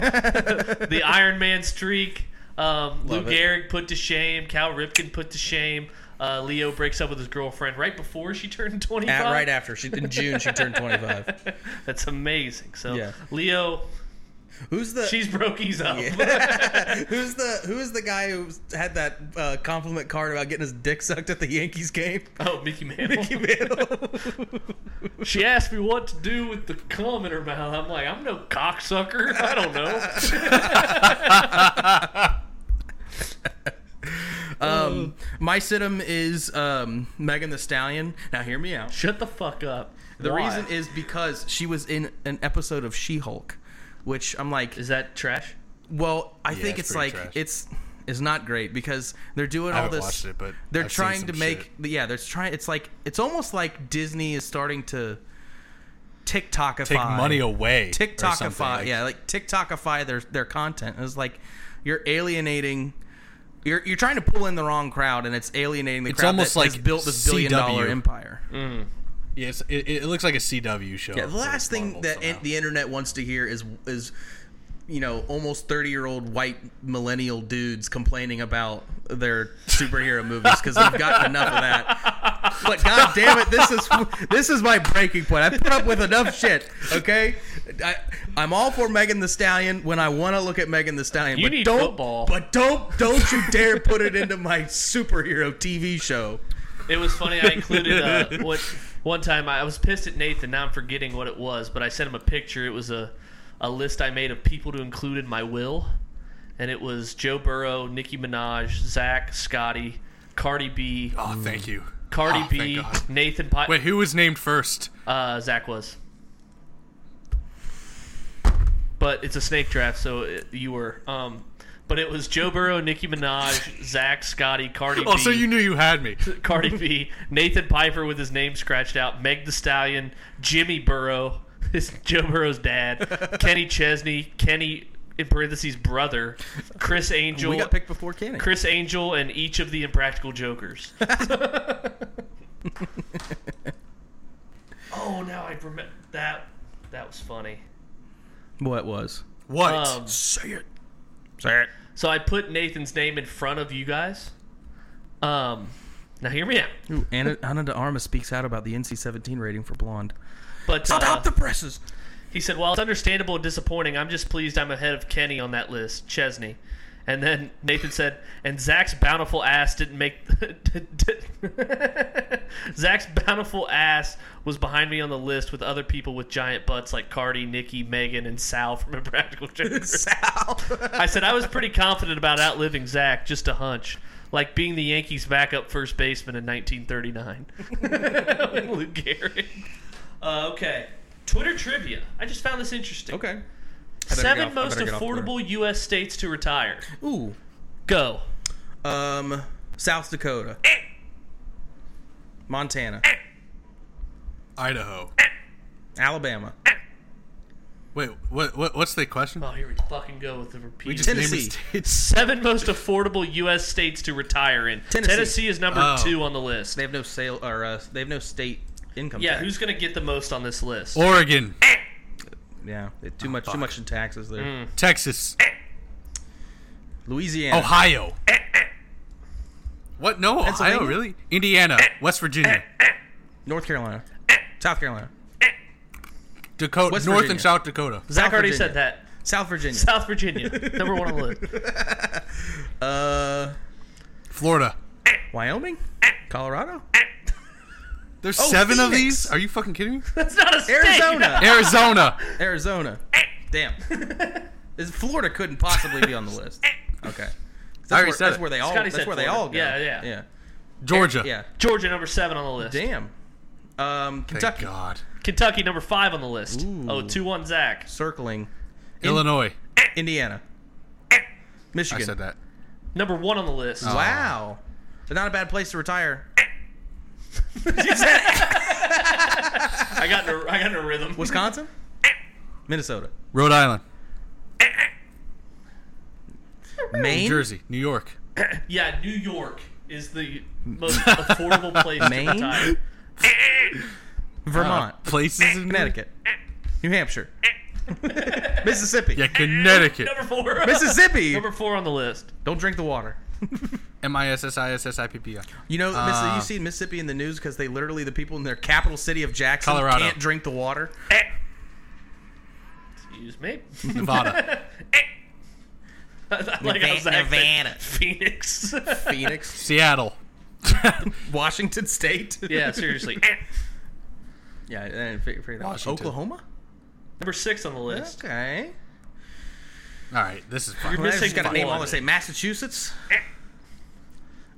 Speaker 1: the Iron Man streak. Um, Lou
Speaker 2: Love it.
Speaker 1: Gehrig put to shame. Cal Ripken put to shame. Uh, Leo breaks up with his girlfriend right before she turned 25.
Speaker 2: At, right after she in June she turned 25.
Speaker 1: That's amazing. So
Speaker 2: Yeah.
Speaker 1: Leo,
Speaker 2: Who's the
Speaker 1: she's broke. He's up.
Speaker 2: Who's the Who's the guy who had that uh, compliment card about getting his dick sucked at the Yankees game?
Speaker 1: Oh, Mickey Mantle.
Speaker 2: Mickey Mantle.
Speaker 1: She asked me what to do with the cum in her mouth. I'm like, I'm no cocksucker. I don't know.
Speaker 2: um, my situm is um, Megan the Stallion. Now hear me out.
Speaker 1: Shut the fuck up.
Speaker 2: The
Speaker 1: Why?
Speaker 2: reason is because she was in an episode of She Hulk, which I'm like,
Speaker 1: is that trash?
Speaker 2: well, I think
Speaker 3: it's
Speaker 2: it's
Speaker 3: pretty
Speaker 2: like
Speaker 3: trash.
Speaker 2: it's is not great because they're doing
Speaker 3: I
Speaker 2: all
Speaker 3: haven't
Speaker 2: this.
Speaker 3: watched it, but
Speaker 2: they're
Speaker 3: I've seen
Speaker 2: trying
Speaker 3: some
Speaker 2: to make yeah. They're trying. It's like it's almost like Disney is starting to TikTokify
Speaker 3: Take money away. or
Speaker 2: TikTokify,
Speaker 3: something, like-
Speaker 2: yeah, like TikTokify their their content. It's like you're alienating. You're you're trying to pull in the wrong crowd, and it's alienating the
Speaker 3: It's
Speaker 2: crowd
Speaker 3: almost
Speaker 2: that has
Speaker 3: like
Speaker 2: built this billion dollar
Speaker 3: CW.
Speaker 2: empire.
Speaker 3: Yeah, it's, it, it looks like a CW show.
Speaker 1: Oh,
Speaker 2: Yeah, the
Speaker 3: for
Speaker 2: last thing
Speaker 3: Marvel
Speaker 2: that in-
Speaker 3: somehow.
Speaker 2: the internet wants to hear is is you know almost 30 year old white millennial dudes complaining about their superhero movies because they've gotten enough of that but god damn it this is this is my breaking point i put up with enough shit okay I, i'm all for megan the stallion when i want to look at megan the stallion
Speaker 1: You
Speaker 2: but
Speaker 1: need
Speaker 2: don't
Speaker 1: football.
Speaker 2: but don't don't you dare put it into my superhero tv show
Speaker 1: It was funny. I included uh, what one time I was pissed at Nathan. Now I'm forgetting what it was, but I sent him a picture. It was a a list I made of people to include in my will, and it was Joe Burrow, Nicki Minaj, Zach, Scotty, Cardi B,
Speaker 3: Oh, thank you.
Speaker 1: Cardi
Speaker 3: Oh, thank
Speaker 1: B,
Speaker 3: God.
Speaker 1: Nathan Pot.
Speaker 3: Wait, who was named first?
Speaker 1: Uh, Zach was. But it's a snake draft, so it, you were. Um, but it was Joe Burrow, Nicki Minaj, Zach, Scotty, Cardi B.
Speaker 3: Oh, so you knew you had me.
Speaker 1: Cardi B, Nathan Piper with his name scratched out, Meg the Stallion, Jimmy Burrow, his Joe Burrow's dad, Kenny Chesney, Kenny in parentheses brother, Chris Angel,
Speaker 2: we got picked before kenny
Speaker 1: Chris Angel, and each of the Impractical Jokers. oh, now I remember that. That was funny.
Speaker 2: what was
Speaker 3: What?
Speaker 1: Um,
Speaker 3: Say it.
Speaker 2: Sorry.
Speaker 1: So I put Nathan's name in front of you guys. Um, now hear me out.
Speaker 2: Ooh, Anna, Anna de Armas speaks out about the NC-17 rating for Blonde.
Speaker 1: But uh,
Speaker 2: the presses.
Speaker 1: He said, "Well, it's understandable and disappointing. I'm just pleased I'm ahead of Kenny on that list, Chesney." And then Nathan said, "And Zach's bountiful ass didn't make Zach's bountiful ass was behind me on the list with other people with giant butts like Cardi, Nikki, Megan, and Sal from Impractical Jokers."
Speaker 2: Sal.
Speaker 1: I said I was pretty confident about outliving Zach, just a hunch, like being the Yankees' backup first baseman in 1939 when Lou Gehrig. Uh, okay, Twitter trivia. I just found this interesting.
Speaker 2: okay.
Speaker 1: Seven
Speaker 2: get off- I
Speaker 1: most
Speaker 2: better get off
Speaker 1: affordable U.S. states to retire.
Speaker 2: Ooh.
Speaker 1: Go.
Speaker 2: Um, South Dakota.
Speaker 1: Eh.
Speaker 2: Montana.
Speaker 3: Idaho.
Speaker 2: Alabama.
Speaker 1: Eh.
Speaker 3: Wait, what, what? What's the question?
Speaker 1: Oh, here we fucking go with the repeat.
Speaker 3: We just named the
Speaker 2: Uh, Tennessee.
Speaker 3: states.
Speaker 1: Seven most affordable U.S. states to retire in.
Speaker 2: Tennessee.
Speaker 1: is number
Speaker 3: Oh.
Speaker 1: two on the list.
Speaker 2: They have no sale or uh, they have no state income
Speaker 1: Yeah,
Speaker 2: tax.
Speaker 1: who's gonna get the most on this list?
Speaker 3: Oregon,
Speaker 2: yeah, they- too much too much in taxes there.
Speaker 1: Mm.
Speaker 3: Texas,
Speaker 2: Louisiana.
Speaker 3: Ohio. What? No, Ohio
Speaker 2: Pennsylvania?
Speaker 3: really? Indiana, West Virginia,
Speaker 2: North Carolina.
Speaker 1: Eh.
Speaker 2: South Carolina.
Speaker 3: Dakota,
Speaker 2: West
Speaker 3: North
Speaker 2: Virginia.
Speaker 3: and South Dakota.
Speaker 1: Zach
Speaker 2: South
Speaker 1: already
Speaker 2: Virginia.
Speaker 1: said that.
Speaker 2: South Virginia.
Speaker 1: South Virginia, number one on the list.
Speaker 2: uh,
Speaker 3: Florida.
Speaker 2: Wyoming.
Speaker 1: Eh.
Speaker 2: Colorado.
Speaker 3: There's
Speaker 2: Oh,
Speaker 3: seven of
Speaker 2: Phoenix.
Speaker 3: these. Are you fucking kidding me?
Speaker 1: That's not a state.
Speaker 2: Arizona.
Speaker 3: Arizona.
Speaker 2: Arizona.
Speaker 1: Eh.
Speaker 2: Damn. This- Florida couldn't possibly be on the list.
Speaker 1: Eh.
Speaker 2: Okay.
Speaker 3: I already
Speaker 2: That's, where,
Speaker 3: said
Speaker 2: that's
Speaker 3: it.
Speaker 2: where they all.
Speaker 1: Scotty
Speaker 2: That's
Speaker 1: said
Speaker 2: where they
Speaker 1: Florida.
Speaker 2: all go.
Speaker 1: Yeah, yeah.
Speaker 2: yeah,
Speaker 3: Georgia.
Speaker 2: yeah.
Speaker 1: Georgia, number seven on the list.
Speaker 2: Damn. Um,
Speaker 3: Thank
Speaker 2: Kentucky
Speaker 3: God.
Speaker 1: Kentucky, number five on the list.
Speaker 2: Ooh.
Speaker 1: Oh, two one Zach.
Speaker 2: circling.
Speaker 3: Illinois.
Speaker 2: Indiana.
Speaker 3: I
Speaker 2: Michigan.
Speaker 3: said that.
Speaker 1: Number one on the list.
Speaker 2: Oh. Wow. So not a bad place to retire.
Speaker 1: I got in a, I got in a rhythm.
Speaker 2: Wisconsin. Minnesota.
Speaker 3: Rhode Island, New
Speaker 2: Maine.
Speaker 3: Jersey, New York.
Speaker 1: Yeah, New York is the most affordable place
Speaker 2: Maine?
Speaker 1: to retire.
Speaker 2: Vermont.
Speaker 3: Uh, Places in
Speaker 2: Connecticut. New Hampshire. Mississippi.
Speaker 3: Yeah, Connecticut.
Speaker 1: Number four.
Speaker 2: Mississippi.
Speaker 1: number four on the list.
Speaker 2: Don't drink the water.
Speaker 3: M I S S I S S I P P I.
Speaker 2: You know, Miss-
Speaker 3: Uh,
Speaker 2: you see Mississippi in the news because they literally the people in their capital city of Jackson
Speaker 3: Colorado.
Speaker 2: can't drink the water.
Speaker 1: Excuse me.
Speaker 3: Nevada.
Speaker 1: I like how
Speaker 2: Neva-
Speaker 1: Zach
Speaker 2: Nevada.
Speaker 1: said Phoenix.
Speaker 2: Phoenix,
Speaker 3: Seattle.
Speaker 2: Washington State.
Speaker 1: yeah, seriously.
Speaker 2: yeah. I didn't figure, figure that out.
Speaker 3: Washington.
Speaker 2: Oklahoma.
Speaker 1: number six on the list.
Speaker 2: Okay.
Speaker 3: All right, this is fine.
Speaker 1: You're
Speaker 2: Well, I
Speaker 1: missing
Speaker 2: just got to name
Speaker 1: one.
Speaker 2: all the state. Massachusetts.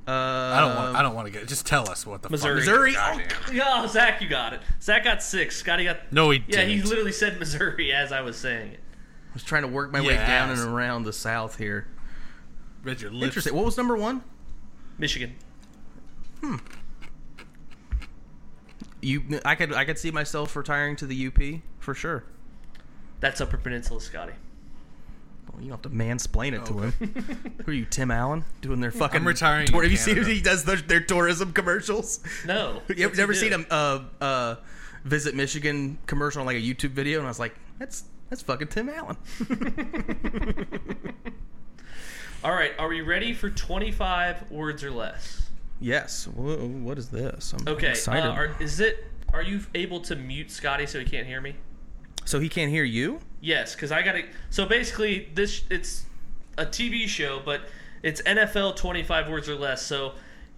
Speaker 2: Uh,
Speaker 3: I don't want. I don't want to get. Just tell us what the
Speaker 1: Missouri.
Speaker 3: Fuck.
Speaker 2: Missouri. Oh,
Speaker 3: Goddamn.
Speaker 1: Yeah, oh, Zach, you got it. Zach got six. Scotty got.
Speaker 3: No, he
Speaker 1: Yeah,
Speaker 3: didn't.
Speaker 1: he literally said Missouri as I was saying it.
Speaker 2: I was trying to work my way
Speaker 3: Yes.
Speaker 2: down and around the South here.
Speaker 3: read your lips.
Speaker 2: Interesting. What was number one?
Speaker 1: Michigan.
Speaker 2: You, I could, I could see myself retiring to the UP for sure.
Speaker 1: That's Upper Peninsula, Scotty.
Speaker 2: Well, you don't have to mansplain it to him. Who are you, Tim Allen, doing their fucking?
Speaker 3: retiring
Speaker 2: Tour-
Speaker 3: in
Speaker 2: have you seen
Speaker 3: Canada.
Speaker 2: he does their, their tourism commercials?
Speaker 1: No.
Speaker 2: You
Speaker 1: What's
Speaker 2: ever,
Speaker 1: he
Speaker 2: ever
Speaker 1: do?
Speaker 2: seen a uh, uh, visit Michigan commercial on like a YouTube video? And I was like, that's that's fucking Tim Allen.
Speaker 1: All right, are we ready for 25 words or less?
Speaker 2: yes. Whoa, what is this? I'm
Speaker 1: Okay. Uh,
Speaker 2: excited.
Speaker 1: are, is it? Are you able to mute Scotty so he can't hear me?
Speaker 2: so he can't hear you.
Speaker 1: Yes, because I gotta. So basically, this it's a TV show, but it's NFL 25 words or less. So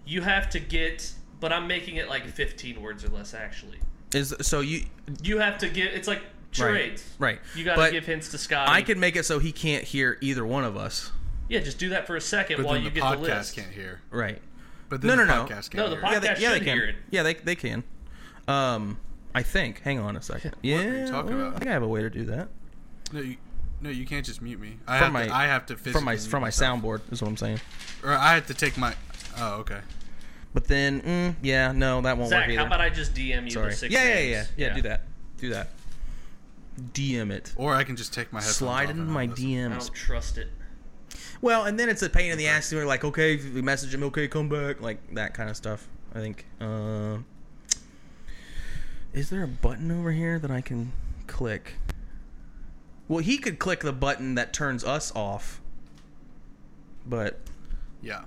Speaker 1: you have to get. But I'm making it like 15 words or less. Actually,
Speaker 2: Is so you.
Speaker 1: you have to give. It's like charades.
Speaker 2: Right.
Speaker 1: You gotta
Speaker 2: But
Speaker 1: give hints to Scotty.
Speaker 2: I can make it so he can't hear either one of us.
Speaker 1: Yeah, just do that for a second
Speaker 3: But
Speaker 1: while
Speaker 3: then
Speaker 1: you
Speaker 3: the
Speaker 1: get the
Speaker 3: podcast
Speaker 1: list.
Speaker 3: can't hear.
Speaker 2: Right.
Speaker 3: But then
Speaker 2: No,
Speaker 3: the
Speaker 2: no, no.
Speaker 3: podcast
Speaker 1: No,
Speaker 3: can't
Speaker 1: the
Speaker 3: hear.
Speaker 1: podcast
Speaker 2: yeah, they
Speaker 1: should
Speaker 2: can.
Speaker 1: hear it.
Speaker 2: Yeah, they they can. Um, I think. Hang on a second. Yeah.
Speaker 3: are you talking
Speaker 2: well,
Speaker 3: about?
Speaker 2: I think I have a way to do that
Speaker 3: No, you, no, you can't just mute me. I
Speaker 2: From
Speaker 3: have
Speaker 2: my-
Speaker 3: to, I have to physically
Speaker 2: from my
Speaker 3: mute
Speaker 2: from my
Speaker 3: myself.
Speaker 2: soundboard. Is what I'm saying.
Speaker 3: Or I have to take my. Oh, okay.
Speaker 2: But then, mm, yeah, no, that won't work
Speaker 1: Zach,
Speaker 2: either.
Speaker 1: how about I just DM you
Speaker 2: Sorry.
Speaker 1: the six
Speaker 2: yeah, yeah, yeah,
Speaker 1: names?
Speaker 2: yeah, Do that. Do that. DM it.
Speaker 3: Or I can just take my headphones
Speaker 2: Slide
Speaker 3: off
Speaker 2: into
Speaker 3: and
Speaker 2: my
Speaker 3: listen.
Speaker 1: I
Speaker 2: DMs.
Speaker 1: don't trust it.
Speaker 2: Well, and then it's a pain in the ass. You're like, okay, if you message him, okay, come back, like that kind of stuff. I think. Um, is there a button over here that I can click? Well, he could click the button that turns us off, but
Speaker 3: Yeah.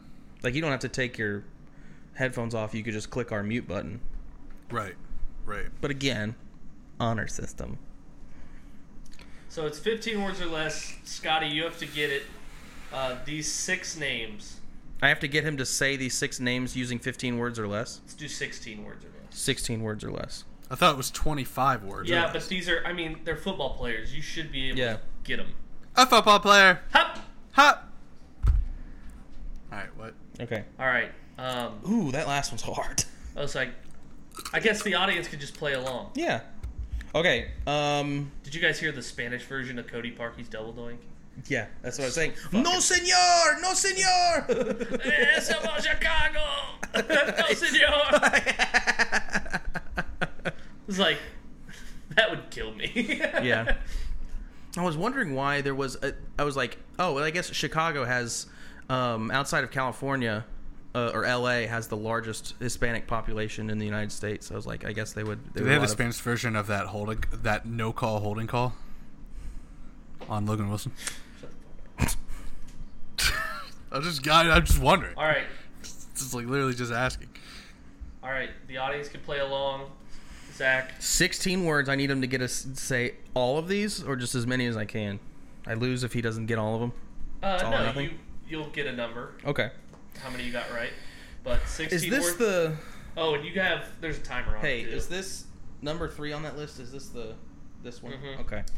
Speaker 2: like you don't have to take your headphones off. You could just click our mute button.
Speaker 3: Right. Right.
Speaker 2: But again, honor system.
Speaker 1: So it's 15 words or less. Scotty, you have to get it. Uh, these six names.
Speaker 2: I have to get him to say these six names using 15 words or less.
Speaker 1: Let's do 16 words or less.
Speaker 2: 16 words or less.
Speaker 3: I thought it was 25 words.
Speaker 1: Yeah, but these are, I mean, they're football players. You should be able
Speaker 2: Yeah.
Speaker 1: to get them.
Speaker 3: a football player.
Speaker 1: Hup!
Speaker 3: Hop. All right. What?
Speaker 2: Okay.
Speaker 1: All right. Um,
Speaker 2: Ooh, that last one's hard.
Speaker 1: I was like, I guess the audience could just play along.
Speaker 2: Yeah. Okay. Um.
Speaker 1: Did you guys hear the Spanish version of Cody Parkey's double doink?
Speaker 2: Yeah, that's what I was saying. No, senor. No, senor.
Speaker 1: Eso va "Eh, Chicago! no, senor! It's like, that would kill me.
Speaker 2: yeah. I was wondering why there was. A, I was like, oh, well, I guess Chicago has, um, outside of California, uh, or L.A. has the largest Hispanic population in the United States. I was like, I guess they would.
Speaker 3: Do
Speaker 2: would
Speaker 3: they have the
Speaker 2: want to-
Speaker 3: Spanish version of that holding that no call holding call on Logan Wilson? I just got. I'm just wondering.
Speaker 1: All right.
Speaker 3: It's just like literally just asking.
Speaker 1: All right. The audience can play along. Zach,
Speaker 2: 16 words. I need him to get us say all of these or just as many as I can. I lose if he doesn't get all of them.
Speaker 1: uh,
Speaker 2: all or
Speaker 1: no,
Speaker 2: nothing?
Speaker 1: you, you'll get a number.
Speaker 2: Okay.
Speaker 1: How many you got right? But 16
Speaker 2: Is this
Speaker 1: words-
Speaker 2: the
Speaker 1: Oh, and you have there's a timer on. it,
Speaker 2: Hey,
Speaker 1: too.
Speaker 2: is this number 3 on that list? Is this the this one?
Speaker 1: Mhm.
Speaker 2: Okay.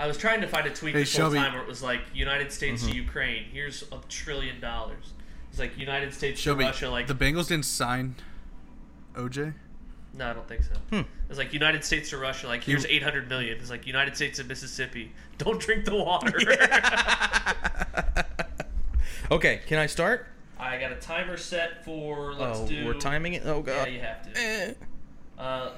Speaker 1: I was trying to find a tweet
Speaker 3: Hey,
Speaker 1: this whole
Speaker 3: Shelby. Mm-hmm.
Speaker 1: time where it was like United States to Ukraine. Here's a trillion dollars. It's like United States
Speaker 3: Show
Speaker 1: to
Speaker 3: me.
Speaker 1: Russia. Like
Speaker 3: the Bengals didn't sign OJ.
Speaker 1: no, I don't think so.
Speaker 3: Hmm.
Speaker 1: It's like United States to Russia. Like here's 800 million. It's like United States to Mississippi. Don't drink the water.
Speaker 2: Okay, can I start?
Speaker 1: I got a timer set for. Let's
Speaker 2: Oh,
Speaker 1: do.
Speaker 2: we're timing it. Oh
Speaker 1: Yeah,
Speaker 2: god.
Speaker 1: you have to.
Speaker 2: Eh.
Speaker 1: Uh,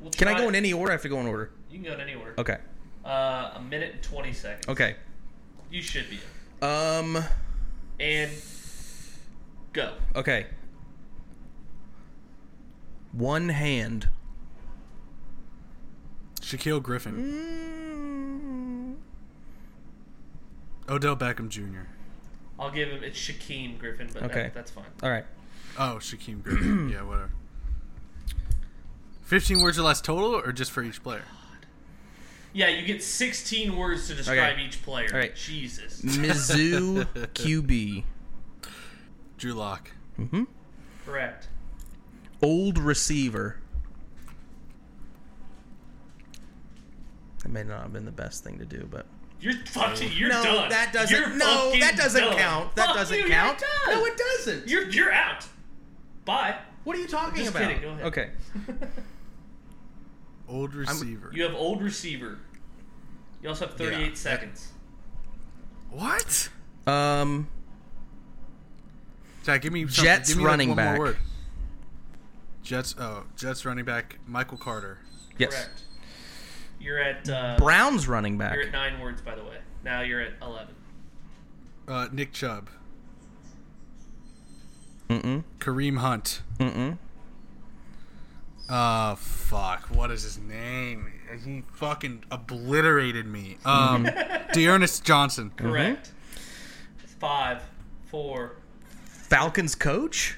Speaker 1: we'll
Speaker 2: Can I
Speaker 1: try-
Speaker 2: go in any order? I have to go in order.
Speaker 1: You can go in anywhere.
Speaker 2: Okay.
Speaker 1: Uh, a minute and 20 seconds.
Speaker 2: Okay.
Speaker 1: You should be.
Speaker 2: Um
Speaker 1: And go.
Speaker 2: okay. One hand.
Speaker 3: Shaquille Griffin.
Speaker 1: Mm.
Speaker 3: Odell Beckham Jr.
Speaker 1: I'll give him. It's Shaquem Griffin, but
Speaker 2: Okay.
Speaker 1: that, that's fine.
Speaker 2: All right.
Speaker 3: Oh, Shaquem Griffin. yeah, whatever. 15 words or less total, or just for each player?
Speaker 1: Yeah, you get 16 words to describe
Speaker 2: Okay.
Speaker 1: each player.
Speaker 2: All right. Mm.
Speaker 1: Jesus.
Speaker 2: Mizzou QB.
Speaker 3: Drew Lock.
Speaker 1: Correct.
Speaker 2: Old receiver. That may not have been the best thing to do, but
Speaker 1: You're fucking. You're
Speaker 2: no,
Speaker 1: done.
Speaker 2: that doesn't.
Speaker 1: You're
Speaker 2: no,
Speaker 1: fucking
Speaker 2: that doesn't
Speaker 1: done.
Speaker 2: count. That
Speaker 1: Fuck
Speaker 2: doesn't
Speaker 1: you, you're
Speaker 2: count.
Speaker 1: done.
Speaker 2: No, it doesn't.
Speaker 1: You're you're out. Bye.
Speaker 2: what are you talking
Speaker 1: Just
Speaker 2: about?
Speaker 1: kidding, go ahead.
Speaker 2: Okay,
Speaker 3: Old receiver.
Speaker 1: You have old receiver. You also have 38
Speaker 3: Yeah.
Speaker 1: seconds.
Speaker 3: what?
Speaker 2: um,
Speaker 3: Zach, give me something.
Speaker 2: Jets
Speaker 3: give me like,
Speaker 2: running
Speaker 3: one more
Speaker 2: back.
Speaker 3: word. Jets. Oh, Jets running back Michael Carter.
Speaker 2: Yes.
Speaker 1: Correct. You're at uh,
Speaker 2: Browns running back.
Speaker 1: you're at nine words by the way. Now you're at eleven.
Speaker 3: Uh, Nick Chubb.
Speaker 2: Mm-mm.
Speaker 3: Kareem Hunt.
Speaker 2: Mm-mm.
Speaker 3: Uh, fuck. What is his name? He fucking obliterated me. Um, Dearness Johnson.
Speaker 1: Correct. Mm-hmm. Five, four,
Speaker 2: Falcons coach.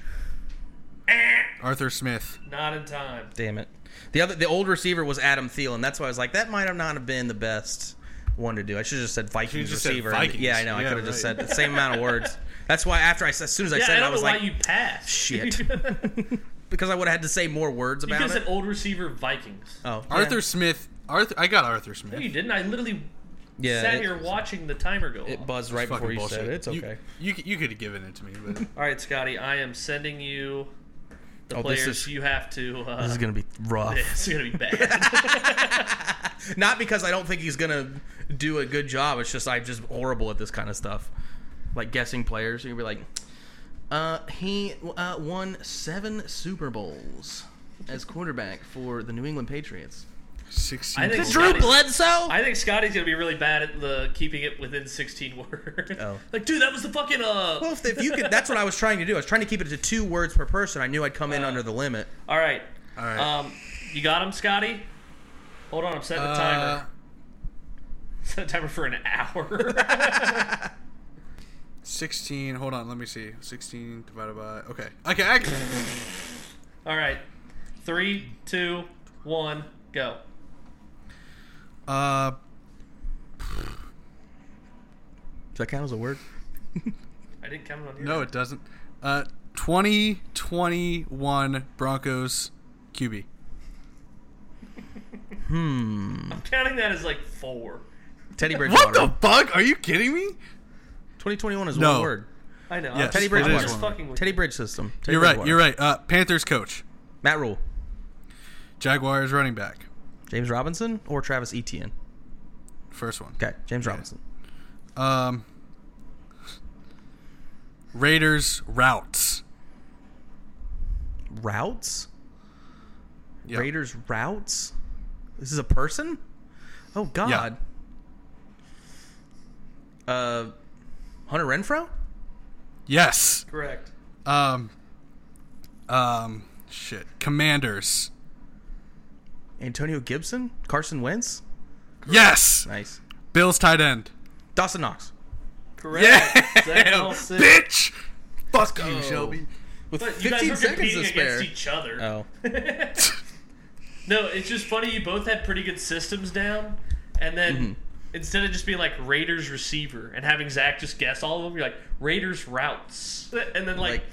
Speaker 3: Arthur Smith.
Speaker 1: not in time.
Speaker 2: Damn it. The other, the old receiver was Adam Thielen. That's why I was like, that might have not have been the best one to do. I should have just said Vikings
Speaker 3: just said
Speaker 2: receiver.
Speaker 3: Vikings.
Speaker 2: Yeah, I know. I
Speaker 3: Yeah,
Speaker 2: could have just
Speaker 3: right.
Speaker 2: said the same amount of words. That's why after I, s- as soon as I
Speaker 1: Yeah,
Speaker 2: said
Speaker 1: I
Speaker 2: it,
Speaker 1: don't
Speaker 2: I was
Speaker 1: know why
Speaker 2: like,
Speaker 1: you passed.
Speaker 2: shit.
Speaker 1: you could
Speaker 2: because I would have had to say more words about
Speaker 1: have
Speaker 2: it.
Speaker 1: said old receiver Vikings.
Speaker 2: oh,
Speaker 3: Arthur Smith. Arthur. I got Arthur
Speaker 1: No, you
Speaker 3: Smith.
Speaker 1: didn't. I literally
Speaker 2: Yeah,
Speaker 1: sat
Speaker 2: it-
Speaker 1: here watching the timer go.
Speaker 2: It
Speaker 1: off.
Speaker 2: buzzed right before
Speaker 3: Fucking
Speaker 2: you
Speaker 3: bullshit.
Speaker 2: said it. It's
Speaker 3: You-
Speaker 2: okay.
Speaker 3: You, you, could have given it to me, but
Speaker 1: All right, Scotty, I am sending you the
Speaker 2: Oh, this
Speaker 1: players
Speaker 2: is-
Speaker 1: you have to. Uh,
Speaker 2: this is gonna be rough.
Speaker 1: it's gonna be bad.
Speaker 2: Not because I don't think he's gonna do a good job. It's just I'm just horrible at this kind of stuff, like guessing players. You'd be like, uh, he uh, won seven Super Bowls as quarterback for the New England Patriots.
Speaker 3: sixteen.
Speaker 1: I think
Speaker 3: points.
Speaker 1: Drew
Speaker 2: Bledsoe.
Speaker 1: I think Scotty's gonna be really bad at the keeping it within 16 words.
Speaker 2: Oh.
Speaker 1: like dude, that was the fucking uh.
Speaker 2: well, if, if you could, that's what I was trying to do. I was trying to keep it to two words per person. I knew I'd come in under the limit.
Speaker 1: All right,
Speaker 3: All right.
Speaker 1: um, you got him, Scotty. Hold on, I'm setting the timer.
Speaker 3: Uh,
Speaker 1: Set the timer for an hour.
Speaker 3: 16 hold on let me see 16 divided by okay okay I,
Speaker 1: All right, three, two, one, go.
Speaker 3: uh
Speaker 2: Does that count as a word?
Speaker 1: I didn't count it on here.
Speaker 3: no it doesn't uh 2021 broncos qb
Speaker 1: I'm counting that as like four.
Speaker 2: Teddy Bridgewater.
Speaker 3: what the fuck are you kidding me
Speaker 2: 2021 is
Speaker 3: No.
Speaker 2: one word.
Speaker 1: I know.
Speaker 3: Yes,
Speaker 1: I'm
Speaker 2: Teddy
Speaker 1: just, I'm
Speaker 2: Bridgewater.
Speaker 1: just fucking with
Speaker 2: Teddy
Speaker 1: you.
Speaker 2: Bridge system. Teddy
Speaker 3: you're right
Speaker 2: Bridgewater.
Speaker 3: you're right uh panthers coach
Speaker 2: Matt Rule,
Speaker 3: jaguars running back
Speaker 2: James Robinson, or Travis Etienne.
Speaker 3: first one
Speaker 2: Okay, James Robinson.
Speaker 3: um raiders routes
Speaker 2: Routes?
Speaker 3: Yeah.
Speaker 2: Raiders routes? This is a person? Oh God. Uh Hunter Renfro?
Speaker 3: yes
Speaker 1: Correct.
Speaker 3: um um shit commanders
Speaker 2: Antonio Gibson? Carson Wentz?
Speaker 3: yes
Speaker 2: Nice.
Speaker 3: bills tight end
Speaker 2: Dawson Knox.
Speaker 1: Correct. Zach
Speaker 3: Yeah,
Speaker 1: Wilson.
Speaker 3: bitch. Fuck you,
Speaker 2: go.
Speaker 3: Shelby.
Speaker 2: With
Speaker 1: But you guys were competing against each other.
Speaker 2: Oh.
Speaker 1: No, it's just funny. You both had pretty good systems down, and then
Speaker 2: Mm-hmm.
Speaker 1: instead of just being like Raiders receiver and having Zach just guess all of them, you're like Raiders routes, and then like.
Speaker 2: Like-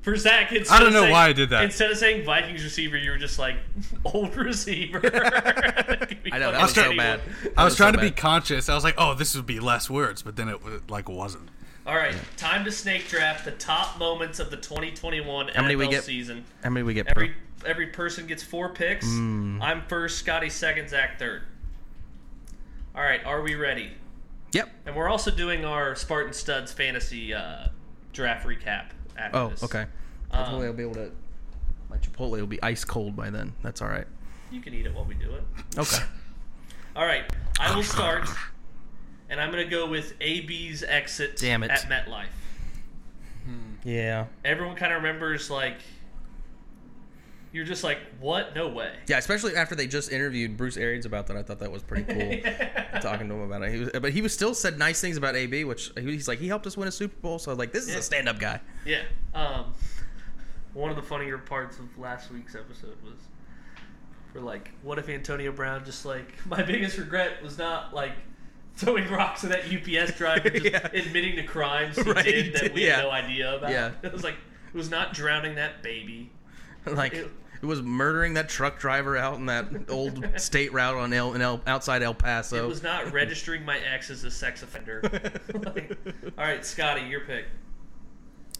Speaker 1: for Zach, instead
Speaker 3: I don't
Speaker 1: of
Speaker 3: know
Speaker 1: saying-
Speaker 3: why I did that.
Speaker 1: Instead of saying Vikings receiver, you were just like old receiver.
Speaker 2: I know that was so bad. That
Speaker 3: I was trying
Speaker 2: so
Speaker 3: to be
Speaker 2: bad.
Speaker 3: conscious. I was like, oh, this would be less words, but then it wa- like wasn't.
Speaker 1: All right, time to snake draft the top moments of the 2021
Speaker 2: many
Speaker 1: NFL
Speaker 2: we get?
Speaker 1: season.
Speaker 2: How many we get?
Speaker 1: Every every person gets four picks.
Speaker 2: Mm.
Speaker 1: I'm first, Scotty second, Zach third. All right, are we ready?
Speaker 2: Yep.
Speaker 1: And we're also doing our Spartan Studs fantasy uh, draft recap. After
Speaker 2: Oh,
Speaker 1: this.
Speaker 2: okay.
Speaker 1: Um,
Speaker 2: Hopefully I'll be able to my Chipotle will be ice cold by then. That's all right.
Speaker 1: You can eat it while we do it.
Speaker 2: Okay.
Speaker 1: All right, I will start, and I'm going to go with AB's exit
Speaker 2: Damn it.
Speaker 1: at MetLife.
Speaker 2: yeah.
Speaker 1: Everyone kind of remembers like you're just like, what? No way.
Speaker 2: Yeah, especially after they just interviewed Bruce Arians about that, I thought that was pretty cool. talking to him about it, he was, but he was still said nice things about AB, which he- he's like he helped us win a Super Bowl. So I was like, this is
Speaker 1: Yeah.
Speaker 2: a stand-up guy.
Speaker 1: Yeah. Um, one of the funnier parts of last week's episode was for like, what if Antonio Brown just like my biggest regret was not like throwing rocks at that UPS driver, just
Speaker 2: Yeah.
Speaker 1: admitting to crimes he
Speaker 2: Right.
Speaker 1: did that we
Speaker 2: Yeah.
Speaker 1: had no idea about.
Speaker 2: Yeah.
Speaker 1: It was like it was not drowning that baby.
Speaker 2: like
Speaker 1: Ew.
Speaker 2: it was murdering that truck driver out in that old state route on El, in El outside El Paso.
Speaker 1: It was not registering my ex as a sex offender. Like, all right, Scotty, your pick.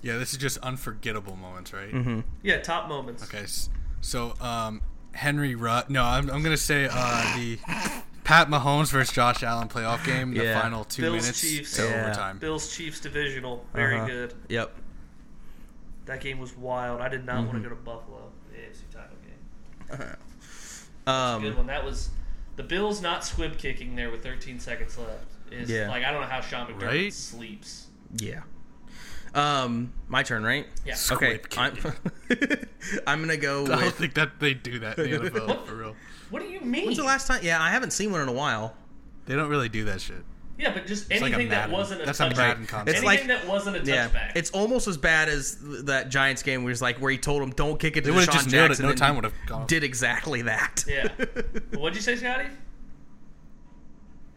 Speaker 3: Yeah, this is just unforgettable moments, right?
Speaker 2: Mm-hmm.
Speaker 1: Yeah, top moments.
Speaker 3: Okay, s- so um, Henry Rutt. No, I'm, I'm gonna say uh, the Pat Mahomes versus Josh Allen playoff game. The
Speaker 2: Yeah.
Speaker 3: final two
Speaker 1: Bills
Speaker 3: minutes
Speaker 1: Chiefs.
Speaker 3: to
Speaker 1: Yeah.
Speaker 3: overtime.
Speaker 1: Bills Chiefs divisional, very
Speaker 2: Uh-huh.
Speaker 1: good.
Speaker 2: Yep.
Speaker 1: That game was wild. I did not
Speaker 2: Mm-hmm.
Speaker 1: want to go to Buffalo. The AFC title game. Good
Speaker 2: Um,
Speaker 1: one. That was the Bills not squib kicking there with 13 seconds left. Is
Speaker 2: Yeah.
Speaker 1: like I don't know how Sean McDermott
Speaker 3: Right?
Speaker 1: sleeps.
Speaker 2: yeah. Um, my turn, right?
Speaker 1: Yeah.
Speaker 2: Okay,
Speaker 3: Squib
Speaker 2: I'm, I'm gonna go
Speaker 3: I don't
Speaker 2: with.
Speaker 3: think that they do that in the NFL for real.
Speaker 1: What do you mean?
Speaker 2: When's the last time? Yeah, I haven't seen one in a while.
Speaker 3: They don't really do that shit.
Speaker 1: Yeah, but just
Speaker 3: like a
Speaker 1: anything that
Speaker 3: Madden.
Speaker 1: wasn't a
Speaker 3: That's a
Speaker 1: touchback.
Speaker 3: Madden concept.
Speaker 1: anything
Speaker 2: It's like-
Speaker 1: that wasn't a touchback.
Speaker 2: Yeah, it's almost as bad as th- that Giants game, where he's like, where he told him, "Don't kick it to
Speaker 3: They would
Speaker 2: Deshaun
Speaker 3: have just
Speaker 2: Jackson."
Speaker 3: nailed it. No
Speaker 2: and
Speaker 3: time would have gone.
Speaker 2: Did exactly that.
Speaker 1: yeah. What'd you say, Scotty?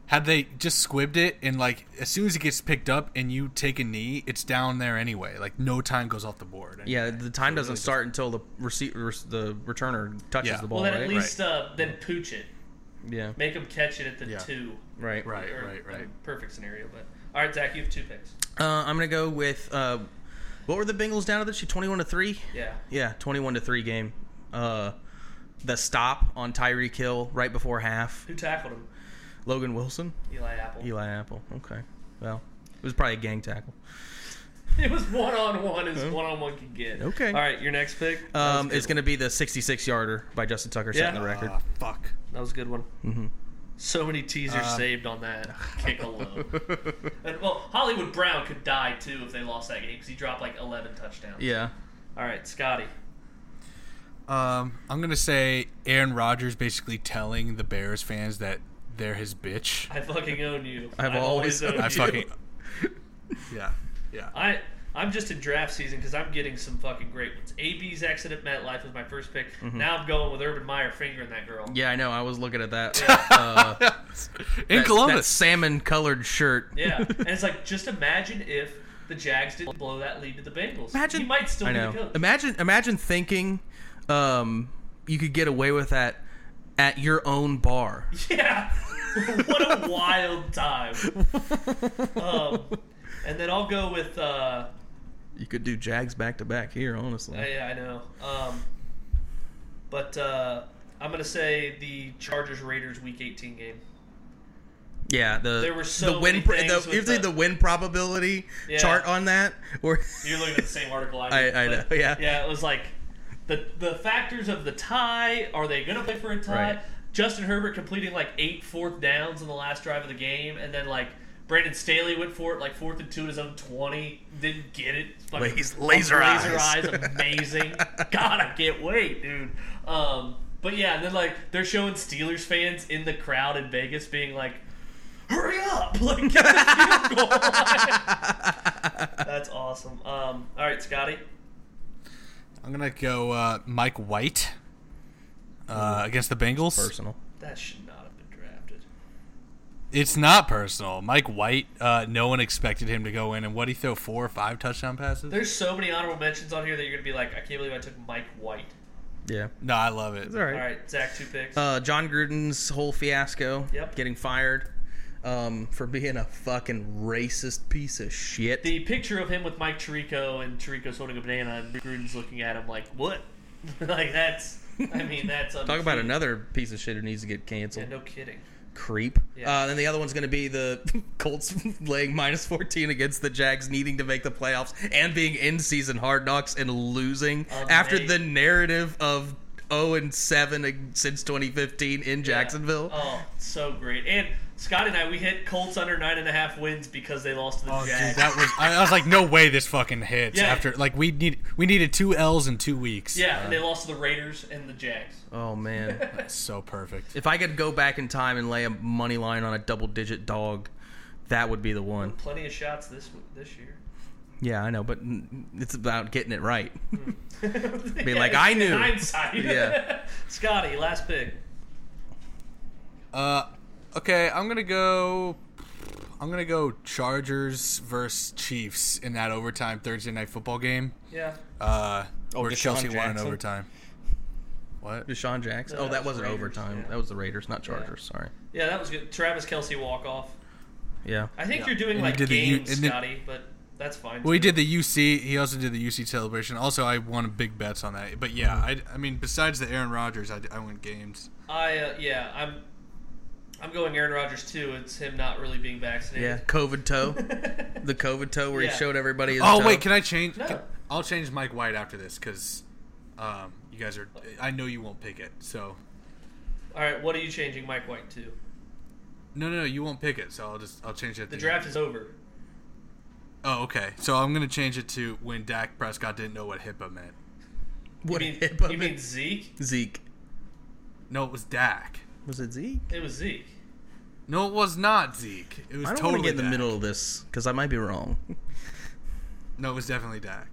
Speaker 3: Had they just squibbed it and like as soon as it gets picked up and you take a knee, it's down there anyway. Like no time goes off the board.
Speaker 2: Yeah, the time doesn't start until the rece- re- the returner touches
Speaker 3: Yeah.
Speaker 2: the ball,
Speaker 1: Well, then
Speaker 2: right?
Speaker 1: at least uh, then pooch it.
Speaker 2: yeah,
Speaker 1: Make him catch it at the
Speaker 3: Yeah.
Speaker 1: two.
Speaker 2: right.
Speaker 3: Right,
Speaker 1: Or
Speaker 3: right, right.
Speaker 1: Perfect scenario, but all right, Zach, you have two picks.
Speaker 2: Uh, I'm gonna go with uh, what were the Bengals down to this year? 21 to three.
Speaker 1: Yeah.
Speaker 2: Yeah, 21 to three game. Uh, the stop on Tyreek Hill right before half.
Speaker 1: Who tackled him?
Speaker 2: Logan Wilson,
Speaker 1: Eli Apple.
Speaker 2: Eli Apple. Okay, well, it was probably a gang tackle.
Speaker 1: It was one on one as one on one can get.
Speaker 2: Okay.
Speaker 1: All right, your next pick. That was a
Speaker 2: Um,
Speaker 1: good
Speaker 2: it's
Speaker 1: one.
Speaker 2: going to be the 66 yarder by Justin Tucker
Speaker 1: Yeah.
Speaker 2: setting the record.
Speaker 3: Ah, fuck.
Speaker 1: That was a good one. Mm-hmm. So many teasers
Speaker 2: Uh,
Speaker 1: saved on that kick alone. and, well, Hollywood Brown could die too if they lost that game because he dropped like 11 touchdowns.
Speaker 2: yeah.
Speaker 1: All right, Scotty.
Speaker 3: Um, I'm gonna say Aaron Rodgers basically telling the Bears fans that they're his bitch.
Speaker 1: I fucking own you.
Speaker 2: I've always
Speaker 1: owned
Speaker 2: owned
Speaker 3: I
Speaker 1: you.
Speaker 3: fucking. Yeah, yeah.
Speaker 1: I I'm just in draft season because I'm getting some fucking great ones. AB's exit at MetLife was my first pick. Now I'm going with Urban Meyer fingering that girl.
Speaker 2: Mm-hmm. Yeah, I know. I was looking at that. uh, that-
Speaker 3: In
Speaker 2: That
Speaker 3: Columbus.
Speaker 2: salmon colored shirt.
Speaker 1: Yeah, and it's like just imagine if the Jags didn't blow that lead to the Bengals.
Speaker 2: Imagine.
Speaker 1: he might still
Speaker 2: I
Speaker 1: be the
Speaker 2: know.
Speaker 1: coach.
Speaker 2: Imagine, imagine thinking um, you could get away with that at your own bar.
Speaker 1: Yeah. what a wild time. Um, and then I'll go with. Uh,
Speaker 2: You could do Jags back to back here, honestly.
Speaker 1: yeah, I know. Um, but uh, I'm going to say the Chargers Raiders Week 18 game.
Speaker 2: yeah, the
Speaker 1: There were so
Speaker 2: the win
Speaker 1: many
Speaker 2: pro-
Speaker 1: things
Speaker 2: the,
Speaker 1: with
Speaker 2: usually
Speaker 1: the-
Speaker 2: the win probability
Speaker 1: Yeah.
Speaker 2: chart on that. Or
Speaker 1: You're looking at the same article I
Speaker 2: I-
Speaker 1: did.
Speaker 2: I
Speaker 1: but-
Speaker 2: know, yeah.
Speaker 1: Yeah, it was like the the factors of the tie. Are they going to play for a tie?
Speaker 2: Right.
Speaker 1: Justin Herbert completing like eight fourth downs in the last drive of the game, and then like Brandon Staley went for it like fourth and two at his own twenty, didn't get it. Fucking-
Speaker 2: He's laser
Speaker 1: laser eyes,
Speaker 2: eyes.
Speaker 1: amazing. God, I can't wait, dude. Um, but yeah, and then like they're showing Steelers fans in the crowd in Vegas being like. Hurry up! Like, get the field goal. That's awesome. Um, all right, Scotty.
Speaker 3: I'm gonna go uh, Mike White uh, against the Bengals.
Speaker 2: personal.
Speaker 1: That should not have been drafted.
Speaker 3: It's not personal. Mike White. Uh, no one expected him to go in, and what he throw four or five touchdown passes.
Speaker 1: There's so many honorable mentions on here that you're gonna be like, I can't believe I took Mike White.
Speaker 2: Yeah.
Speaker 3: no, I love it.
Speaker 2: All right.
Speaker 1: All right, Zach, two picks.
Speaker 2: uh, John Gruden's whole fiasco,
Speaker 1: Yep.
Speaker 2: getting fired um, for being a fucking racist piece of shit.
Speaker 1: the picture of him with Mike Tirico and Tirico's holding a banana and Gruden's looking at him like, what? like that's, I mean, that's
Speaker 2: Talk about
Speaker 1: undefeated.
Speaker 2: another piece of shit who needs to get
Speaker 1: Yeah,
Speaker 2: canceled.
Speaker 1: no kidding.
Speaker 2: Creep.
Speaker 1: Yeah.
Speaker 2: Uh, then the other one's going to be the Colts laying minus 14 against the Jags, needing to make the playoffs and being in season hard knocks and losing after the
Speaker 1: Amazing.
Speaker 2: narrative of 0 and 7 since 2015 in Jacksonville.
Speaker 1: Oh, so great. And Scott and I, we hit Colts under nine and a half wins because they lost to the
Speaker 3: Oh, dude,
Speaker 1: Jags.
Speaker 3: that was. I, I was like, no way, this fucking hits.
Speaker 1: Yeah.
Speaker 3: After like we need, we needed two L's in two weeks.
Speaker 1: yeah, and they lost to the Raiders and the Jags.
Speaker 2: oh man.
Speaker 3: That's so perfect.
Speaker 2: If I could go back in time and lay a money line on a double digit dog, that would be the one.
Speaker 1: Plenty of shots this this year.
Speaker 2: Yeah, I know, but n- it's about getting it right.
Speaker 1: Be
Speaker 2: like, I knew.
Speaker 1: Hindsight.
Speaker 2: Yeah.
Speaker 1: Scotty, last pick.
Speaker 3: Uh, okay, I'm gonna go. I'm gonna go Chargers versus Chiefs in that overtime Thursday night football game.
Speaker 1: Yeah.
Speaker 3: Uh,
Speaker 1: Oh,
Speaker 3: where
Speaker 2: Deshaun
Speaker 3: Chelsea won in
Speaker 2: Jackson?
Speaker 3: overtime. What?
Speaker 2: Deshaun Jackson.
Speaker 1: No,
Speaker 2: oh,
Speaker 1: that
Speaker 2: that
Speaker 1: was
Speaker 2: wasn't
Speaker 1: Raiders,
Speaker 2: overtime.
Speaker 1: yeah.
Speaker 2: That was the Raiders, not Chargers. Sorry.
Speaker 1: Yeah, that was good. Travis Kelsey walk off.
Speaker 2: Yeah.
Speaker 1: I think you're doing
Speaker 3: And he
Speaker 1: like
Speaker 3: did the U-
Speaker 1: games,
Speaker 3: and then-
Speaker 1: Scotty, but that's fine.
Speaker 3: Well, he
Speaker 1: too.
Speaker 3: did the UC. He also did the UC celebration. Also, I won big bets on that. But yeah, I, I mean, besides the Aaron Rodgers, I, I won games.
Speaker 1: I uh, yeah, I'm I'm going Aaron Rodgers too. It's him not really being
Speaker 2: Yeah.
Speaker 1: vaccinated.
Speaker 2: COVID toe. the COVID toe where
Speaker 1: Yeah.
Speaker 2: he showed everybody his
Speaker 3: Oh
Speaker 2: toe.
Speaker 3: wait, can I change?
Speaker 1: No.
Speaker 3: Can, I'll change Mike White after this because um, you guys are. I know you won't pick it. So
Speaker 1: All right, what are you changing Mike White to?
Speaker 3: no, no, no, you won't pick it. So I'll just I'll change it. At
Speaker 1: The
Speaker 3: the
Speaker 1: draft is over.
Speaker 3: Oh, okay. So I'm gonna change it to when Dak Prescott didn't know what HIPAA meant.
Speaker 2: What
Speaker 1: You mean,
Speaker 2: HIPAA
Speaker 1: you mean Zeke?
Speaker 2: Zeke?
Speaker 3: No, it was Dak.
Speaker 2: Was it Zeke?
Speaker 1: It was Zeke.
Speaker 3: No, it was not Zeke. It was
Speaker 2: I don't
Speaker 3: totally
Speaker 2: want to get in the
Speaker 3: Dak.
Speaker 2: middle of this because I might be wrong.
Speaker 3: No, it was definitely Dak.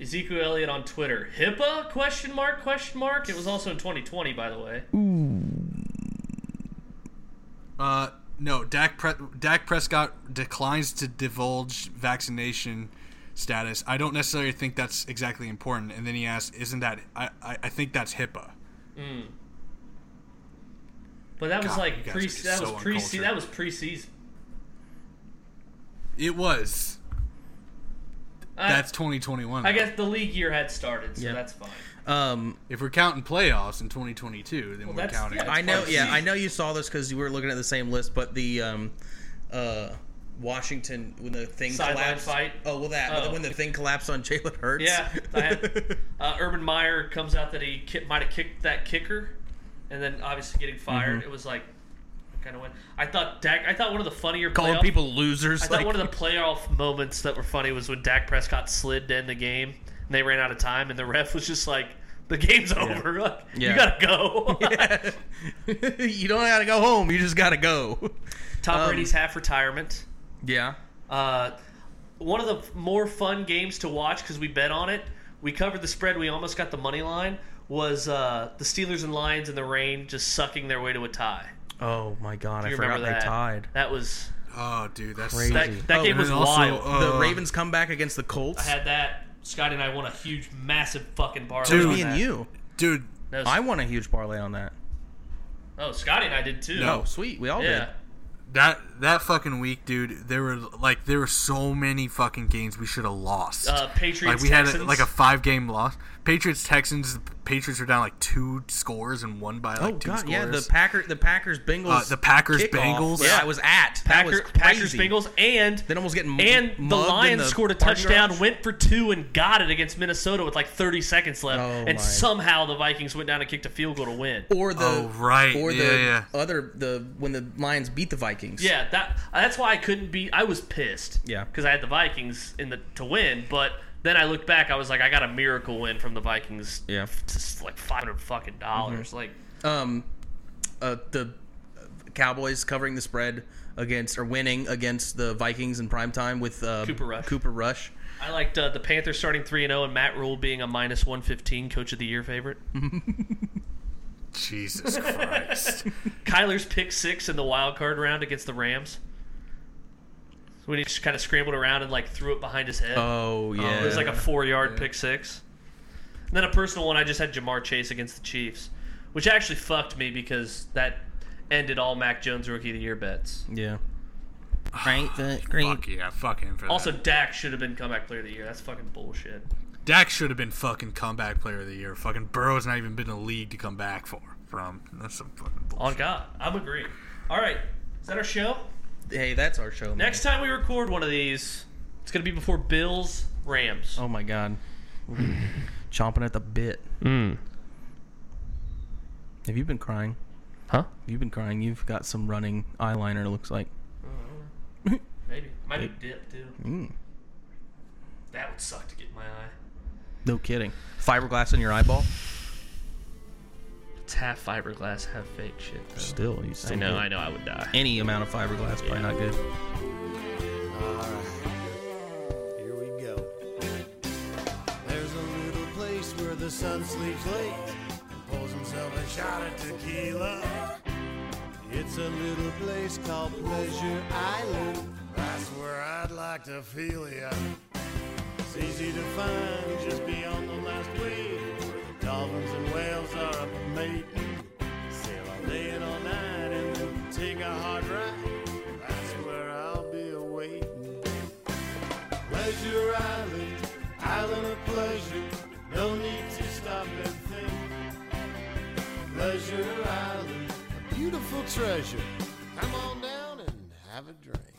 Speaker 1: Ezekiel Elliott on Twitter. HIPAA? Question mark? Question mark? It was also in 2020, by the way.
Speaker 3: Uh, no, Dak, Pre- Dak Prescott declines to divulge vaccination status. I don't necessarily think that's exactly important. And then he asks, "Isn't that? I, I, I think that's HIPAA."
Speaker 1: But that was
Speaker 3: God, you
Speaker 1: like
Speaker 3: guys
Speaker 1: pre.
Speaker 3: are just
Speaker 1: That,
Speaker 3: so
Speaker 1: was pre-
Speaker 3: uncultured.
Speaker 1: that was preseason.
Speaker 3: It was.
Speaker 1: I-
Speaker 3: That's 2021.
Speaker 1: I guess the league year had started, so
Speaker 2: Yeah.
Speaker 1: that's fine.
Speaker 2: Um,
Speaker 3: if we're counting playoffs in 2022, then we're
Speaker 1: that's-
Speaker 3: counting.
Speaker 1: yeah,
Speaker 3: it.
Speaker 1: that's-
Speaker 2: I know, yeah,
Speaker 1: Parsi.
Speaker 2: I know you saw this because you were looking at the same list, but the um, uh, Washington when the thing
Speaker 1: Sideline
Speaker 2: collapsed.
Speaker 1: fight?
Speaker 2: Oh, well, that but
Speaker 1: Oh.
Speaker 2: when the thing collapsed on Jalen Hurts.
Speaker 1: Yeah, I had, uh, Urban Meyer comes out that he ki- might have kicked that kicker, and then obviously getting
Speaker 2: Mm-hmm.
Speaker 1: fired. It was like kind of went. I thought Dak. I thought one of the funnier
Speaker 2: calling
Speaker 1: playoff-
Speaker 2: people losers.
Speaker 1: I thought one of the playoff moments that were funny was when Dak Prescott slid to end the game, and they ran out of time, and the ref was just like, "The game's over. Like,
Speaker 2: Yeah.
Speaker 1: You gotta go."
Speaker 2: the you don't gotta go home. You just gotta go.
Speaker 1: Tom
Speaker 2: Um,
Speaker 1: Brady's half retirement.
Speaker 2: Yeah.
Speaker 1: Uh, one of the f- more fun games to watch because we bet on it. We covered the spread. We almost got the money line. Was uh, the Steelers and Lions in the rain just sucking their way to a tie?
Speaker 2: Oh my god,
Speaker 1: Do
Speaker 2: I
Speaker 1: you
Speaker 2: forgot
Speaker 1: remember
Speaker 2: they
Speaker 1: that?
Speaker 2: tied.
Speaker 1: That was
Speaker 3: Oh, dude, that's
Speaker 2: Crazy.
Speaker 1: that, that
Speaker 2: Oh,
Speaker 1: game
Speaker 3: and
Speaker 1: was
Speaker 3: then also,
Speaker 1: wild.
Speaker 3: uh,
Speaker 2: the Ravens come back against the Colts.
Speaker 1: I had that. Scott and I won a huge, massive fucking parlay.
Speaker 3: Dude.
Speaker 1: on
Speaker 2: me and
Speaker 1: that.
Speaker 2: you.
Speaker 3: dude.
Speaker 1: That was-
Speaker 2: I won a huge parlay on that.
Speaker 1: oh, Scotty and I did too.
Speaker 3: No.
Speaker 2: Oh, sweet. We all
Speaker 1: Yeah.
Speaker 3: That that fucking week, dude. There were like there were so many fucking games we should have lost.
Speaker 1: Uh, Patriots.
Speaker 3: like we
Speaker 1: Texans.
Speaker 3: had a, like a five game loss. Patriots Texans. The Patriots were down like two scores and one by
Speaker 2: Oh
Speaker 3: like two
Speaker 2: god,
Speaker 3: scores.
Speaker 2: yeah. The Packer, the Packers, Bengals,
Speaker 3: Uh, the Packers,
Speaker 2: kickoff
Speaker 3: Bengals.
Speaker 2: that
Speaker 3: Yeah.
Speaker 2: I was at. That was
Speaker 1: Packer, Packers,
Speaker 2: crazy.
Speaker 1: Bengals, and
Speaker 2: Then almost getting
Speaker 1: and the Lions scored a touchdown,
Speaker 2: win.
Speaker 1: went for two, and got it against Minnesota with like 30 seconds left,
Speaker 2: Oh,
Speaker 1: and
Speaker 2: my.
Speaker 1: somehow the Vikings went down and kicked a field goal to win.
Speaker 2: or the
Speaker 3: Oh, right.
Speaker 2: or the
Speaker 3: Yeah, yeah.
Speaker 2: other the when the Lions beat the Vikings.
Speaker 1: Yeah, that that's why I couldn't be. I was pissed.
Speaker 2: Yeah.
Speaker 1: because I had the Vikings in the to win, but then I looked back, I was like, I got a miracle win from the Vikings.
Speaker 2: Yeah.
Speaker 1: just like 500 fucking dollars. Like
Speaker 2: Um, uh, the Cowboys covering the spread against or winning against the Vikings in prime time with uh,
Speaker 1: Cooper Rush.
Speaker 2: Cooper Rush.
Speaker 1: I liked uh, the Panthers starting three and zero, and Matt Rule being a minus 115 coach of the year favorite.
Speaker 3: Jesus Christ.
Speaker 1: Kyler's pick six in the wild card round against the Rams. When he just kind of scrambled around and like threw it behind his head.
Speaker 2: Oh yeah,
Speaker 1: It was like a four yard pick six. And then a personal one, I just had Jamar Chase against the Chiefs, which actually fucked me because that ended all Mac Jones rookie of the year bets.
Speaker 2: yeah. Right, the green.
Speaker 3: Fuck yeah, fuck him for that.
Speaker 1: Also, Dak should have been comeback player of the year. That's fucking bullshit.
Speaker 3: Dak should have been fucking comeback player of the year. Fucking Burrow's not even been in the league to come back for from. That's some fucking bullshit.
Speaker 1: On God, I'm agreeing. All right, is that our show?
Speaker 2: Hey, that's our show. man.
Speaker 1: Next time we record one of these, it's gonna be before Bills Rams.
Speaker 2: Oh my god, chomping at the bit. Have you been crying?
Speaker 1: Huh?
Speaker 2: You've been crying. You've got some running eyeliner. It looks like.
Speaker 1: Maybe might be dip too.
Speaker 2: Mm.
Speaker 1: That would suck to get in my eye.
Speaker 2: No kidding. Fiberglass in your eyeball.
Speaker 1: It's half fiberglass, half fake shit.
Speaker 2: Still, you.
Speaker 1: I know, I know, I would die.
Speaker 2: Any amount of fiberglass, probably not good.
Speaker 5: Here we go. There's a little place where the sun sleeps late and pulls himself a shot of tequila. It's a little place called Pleasure Island. That's where I'd like to feel ya. It's easy to find just beyond the last wave where the dolphins and whales are a mate. Sail all day and all night and then take a hard ride. That's where I'll be awaiting. Pleasure Island, island of pleasure. No need to stop and think. Pleasure Island, a beautiful treasure. Come on down and have a drink.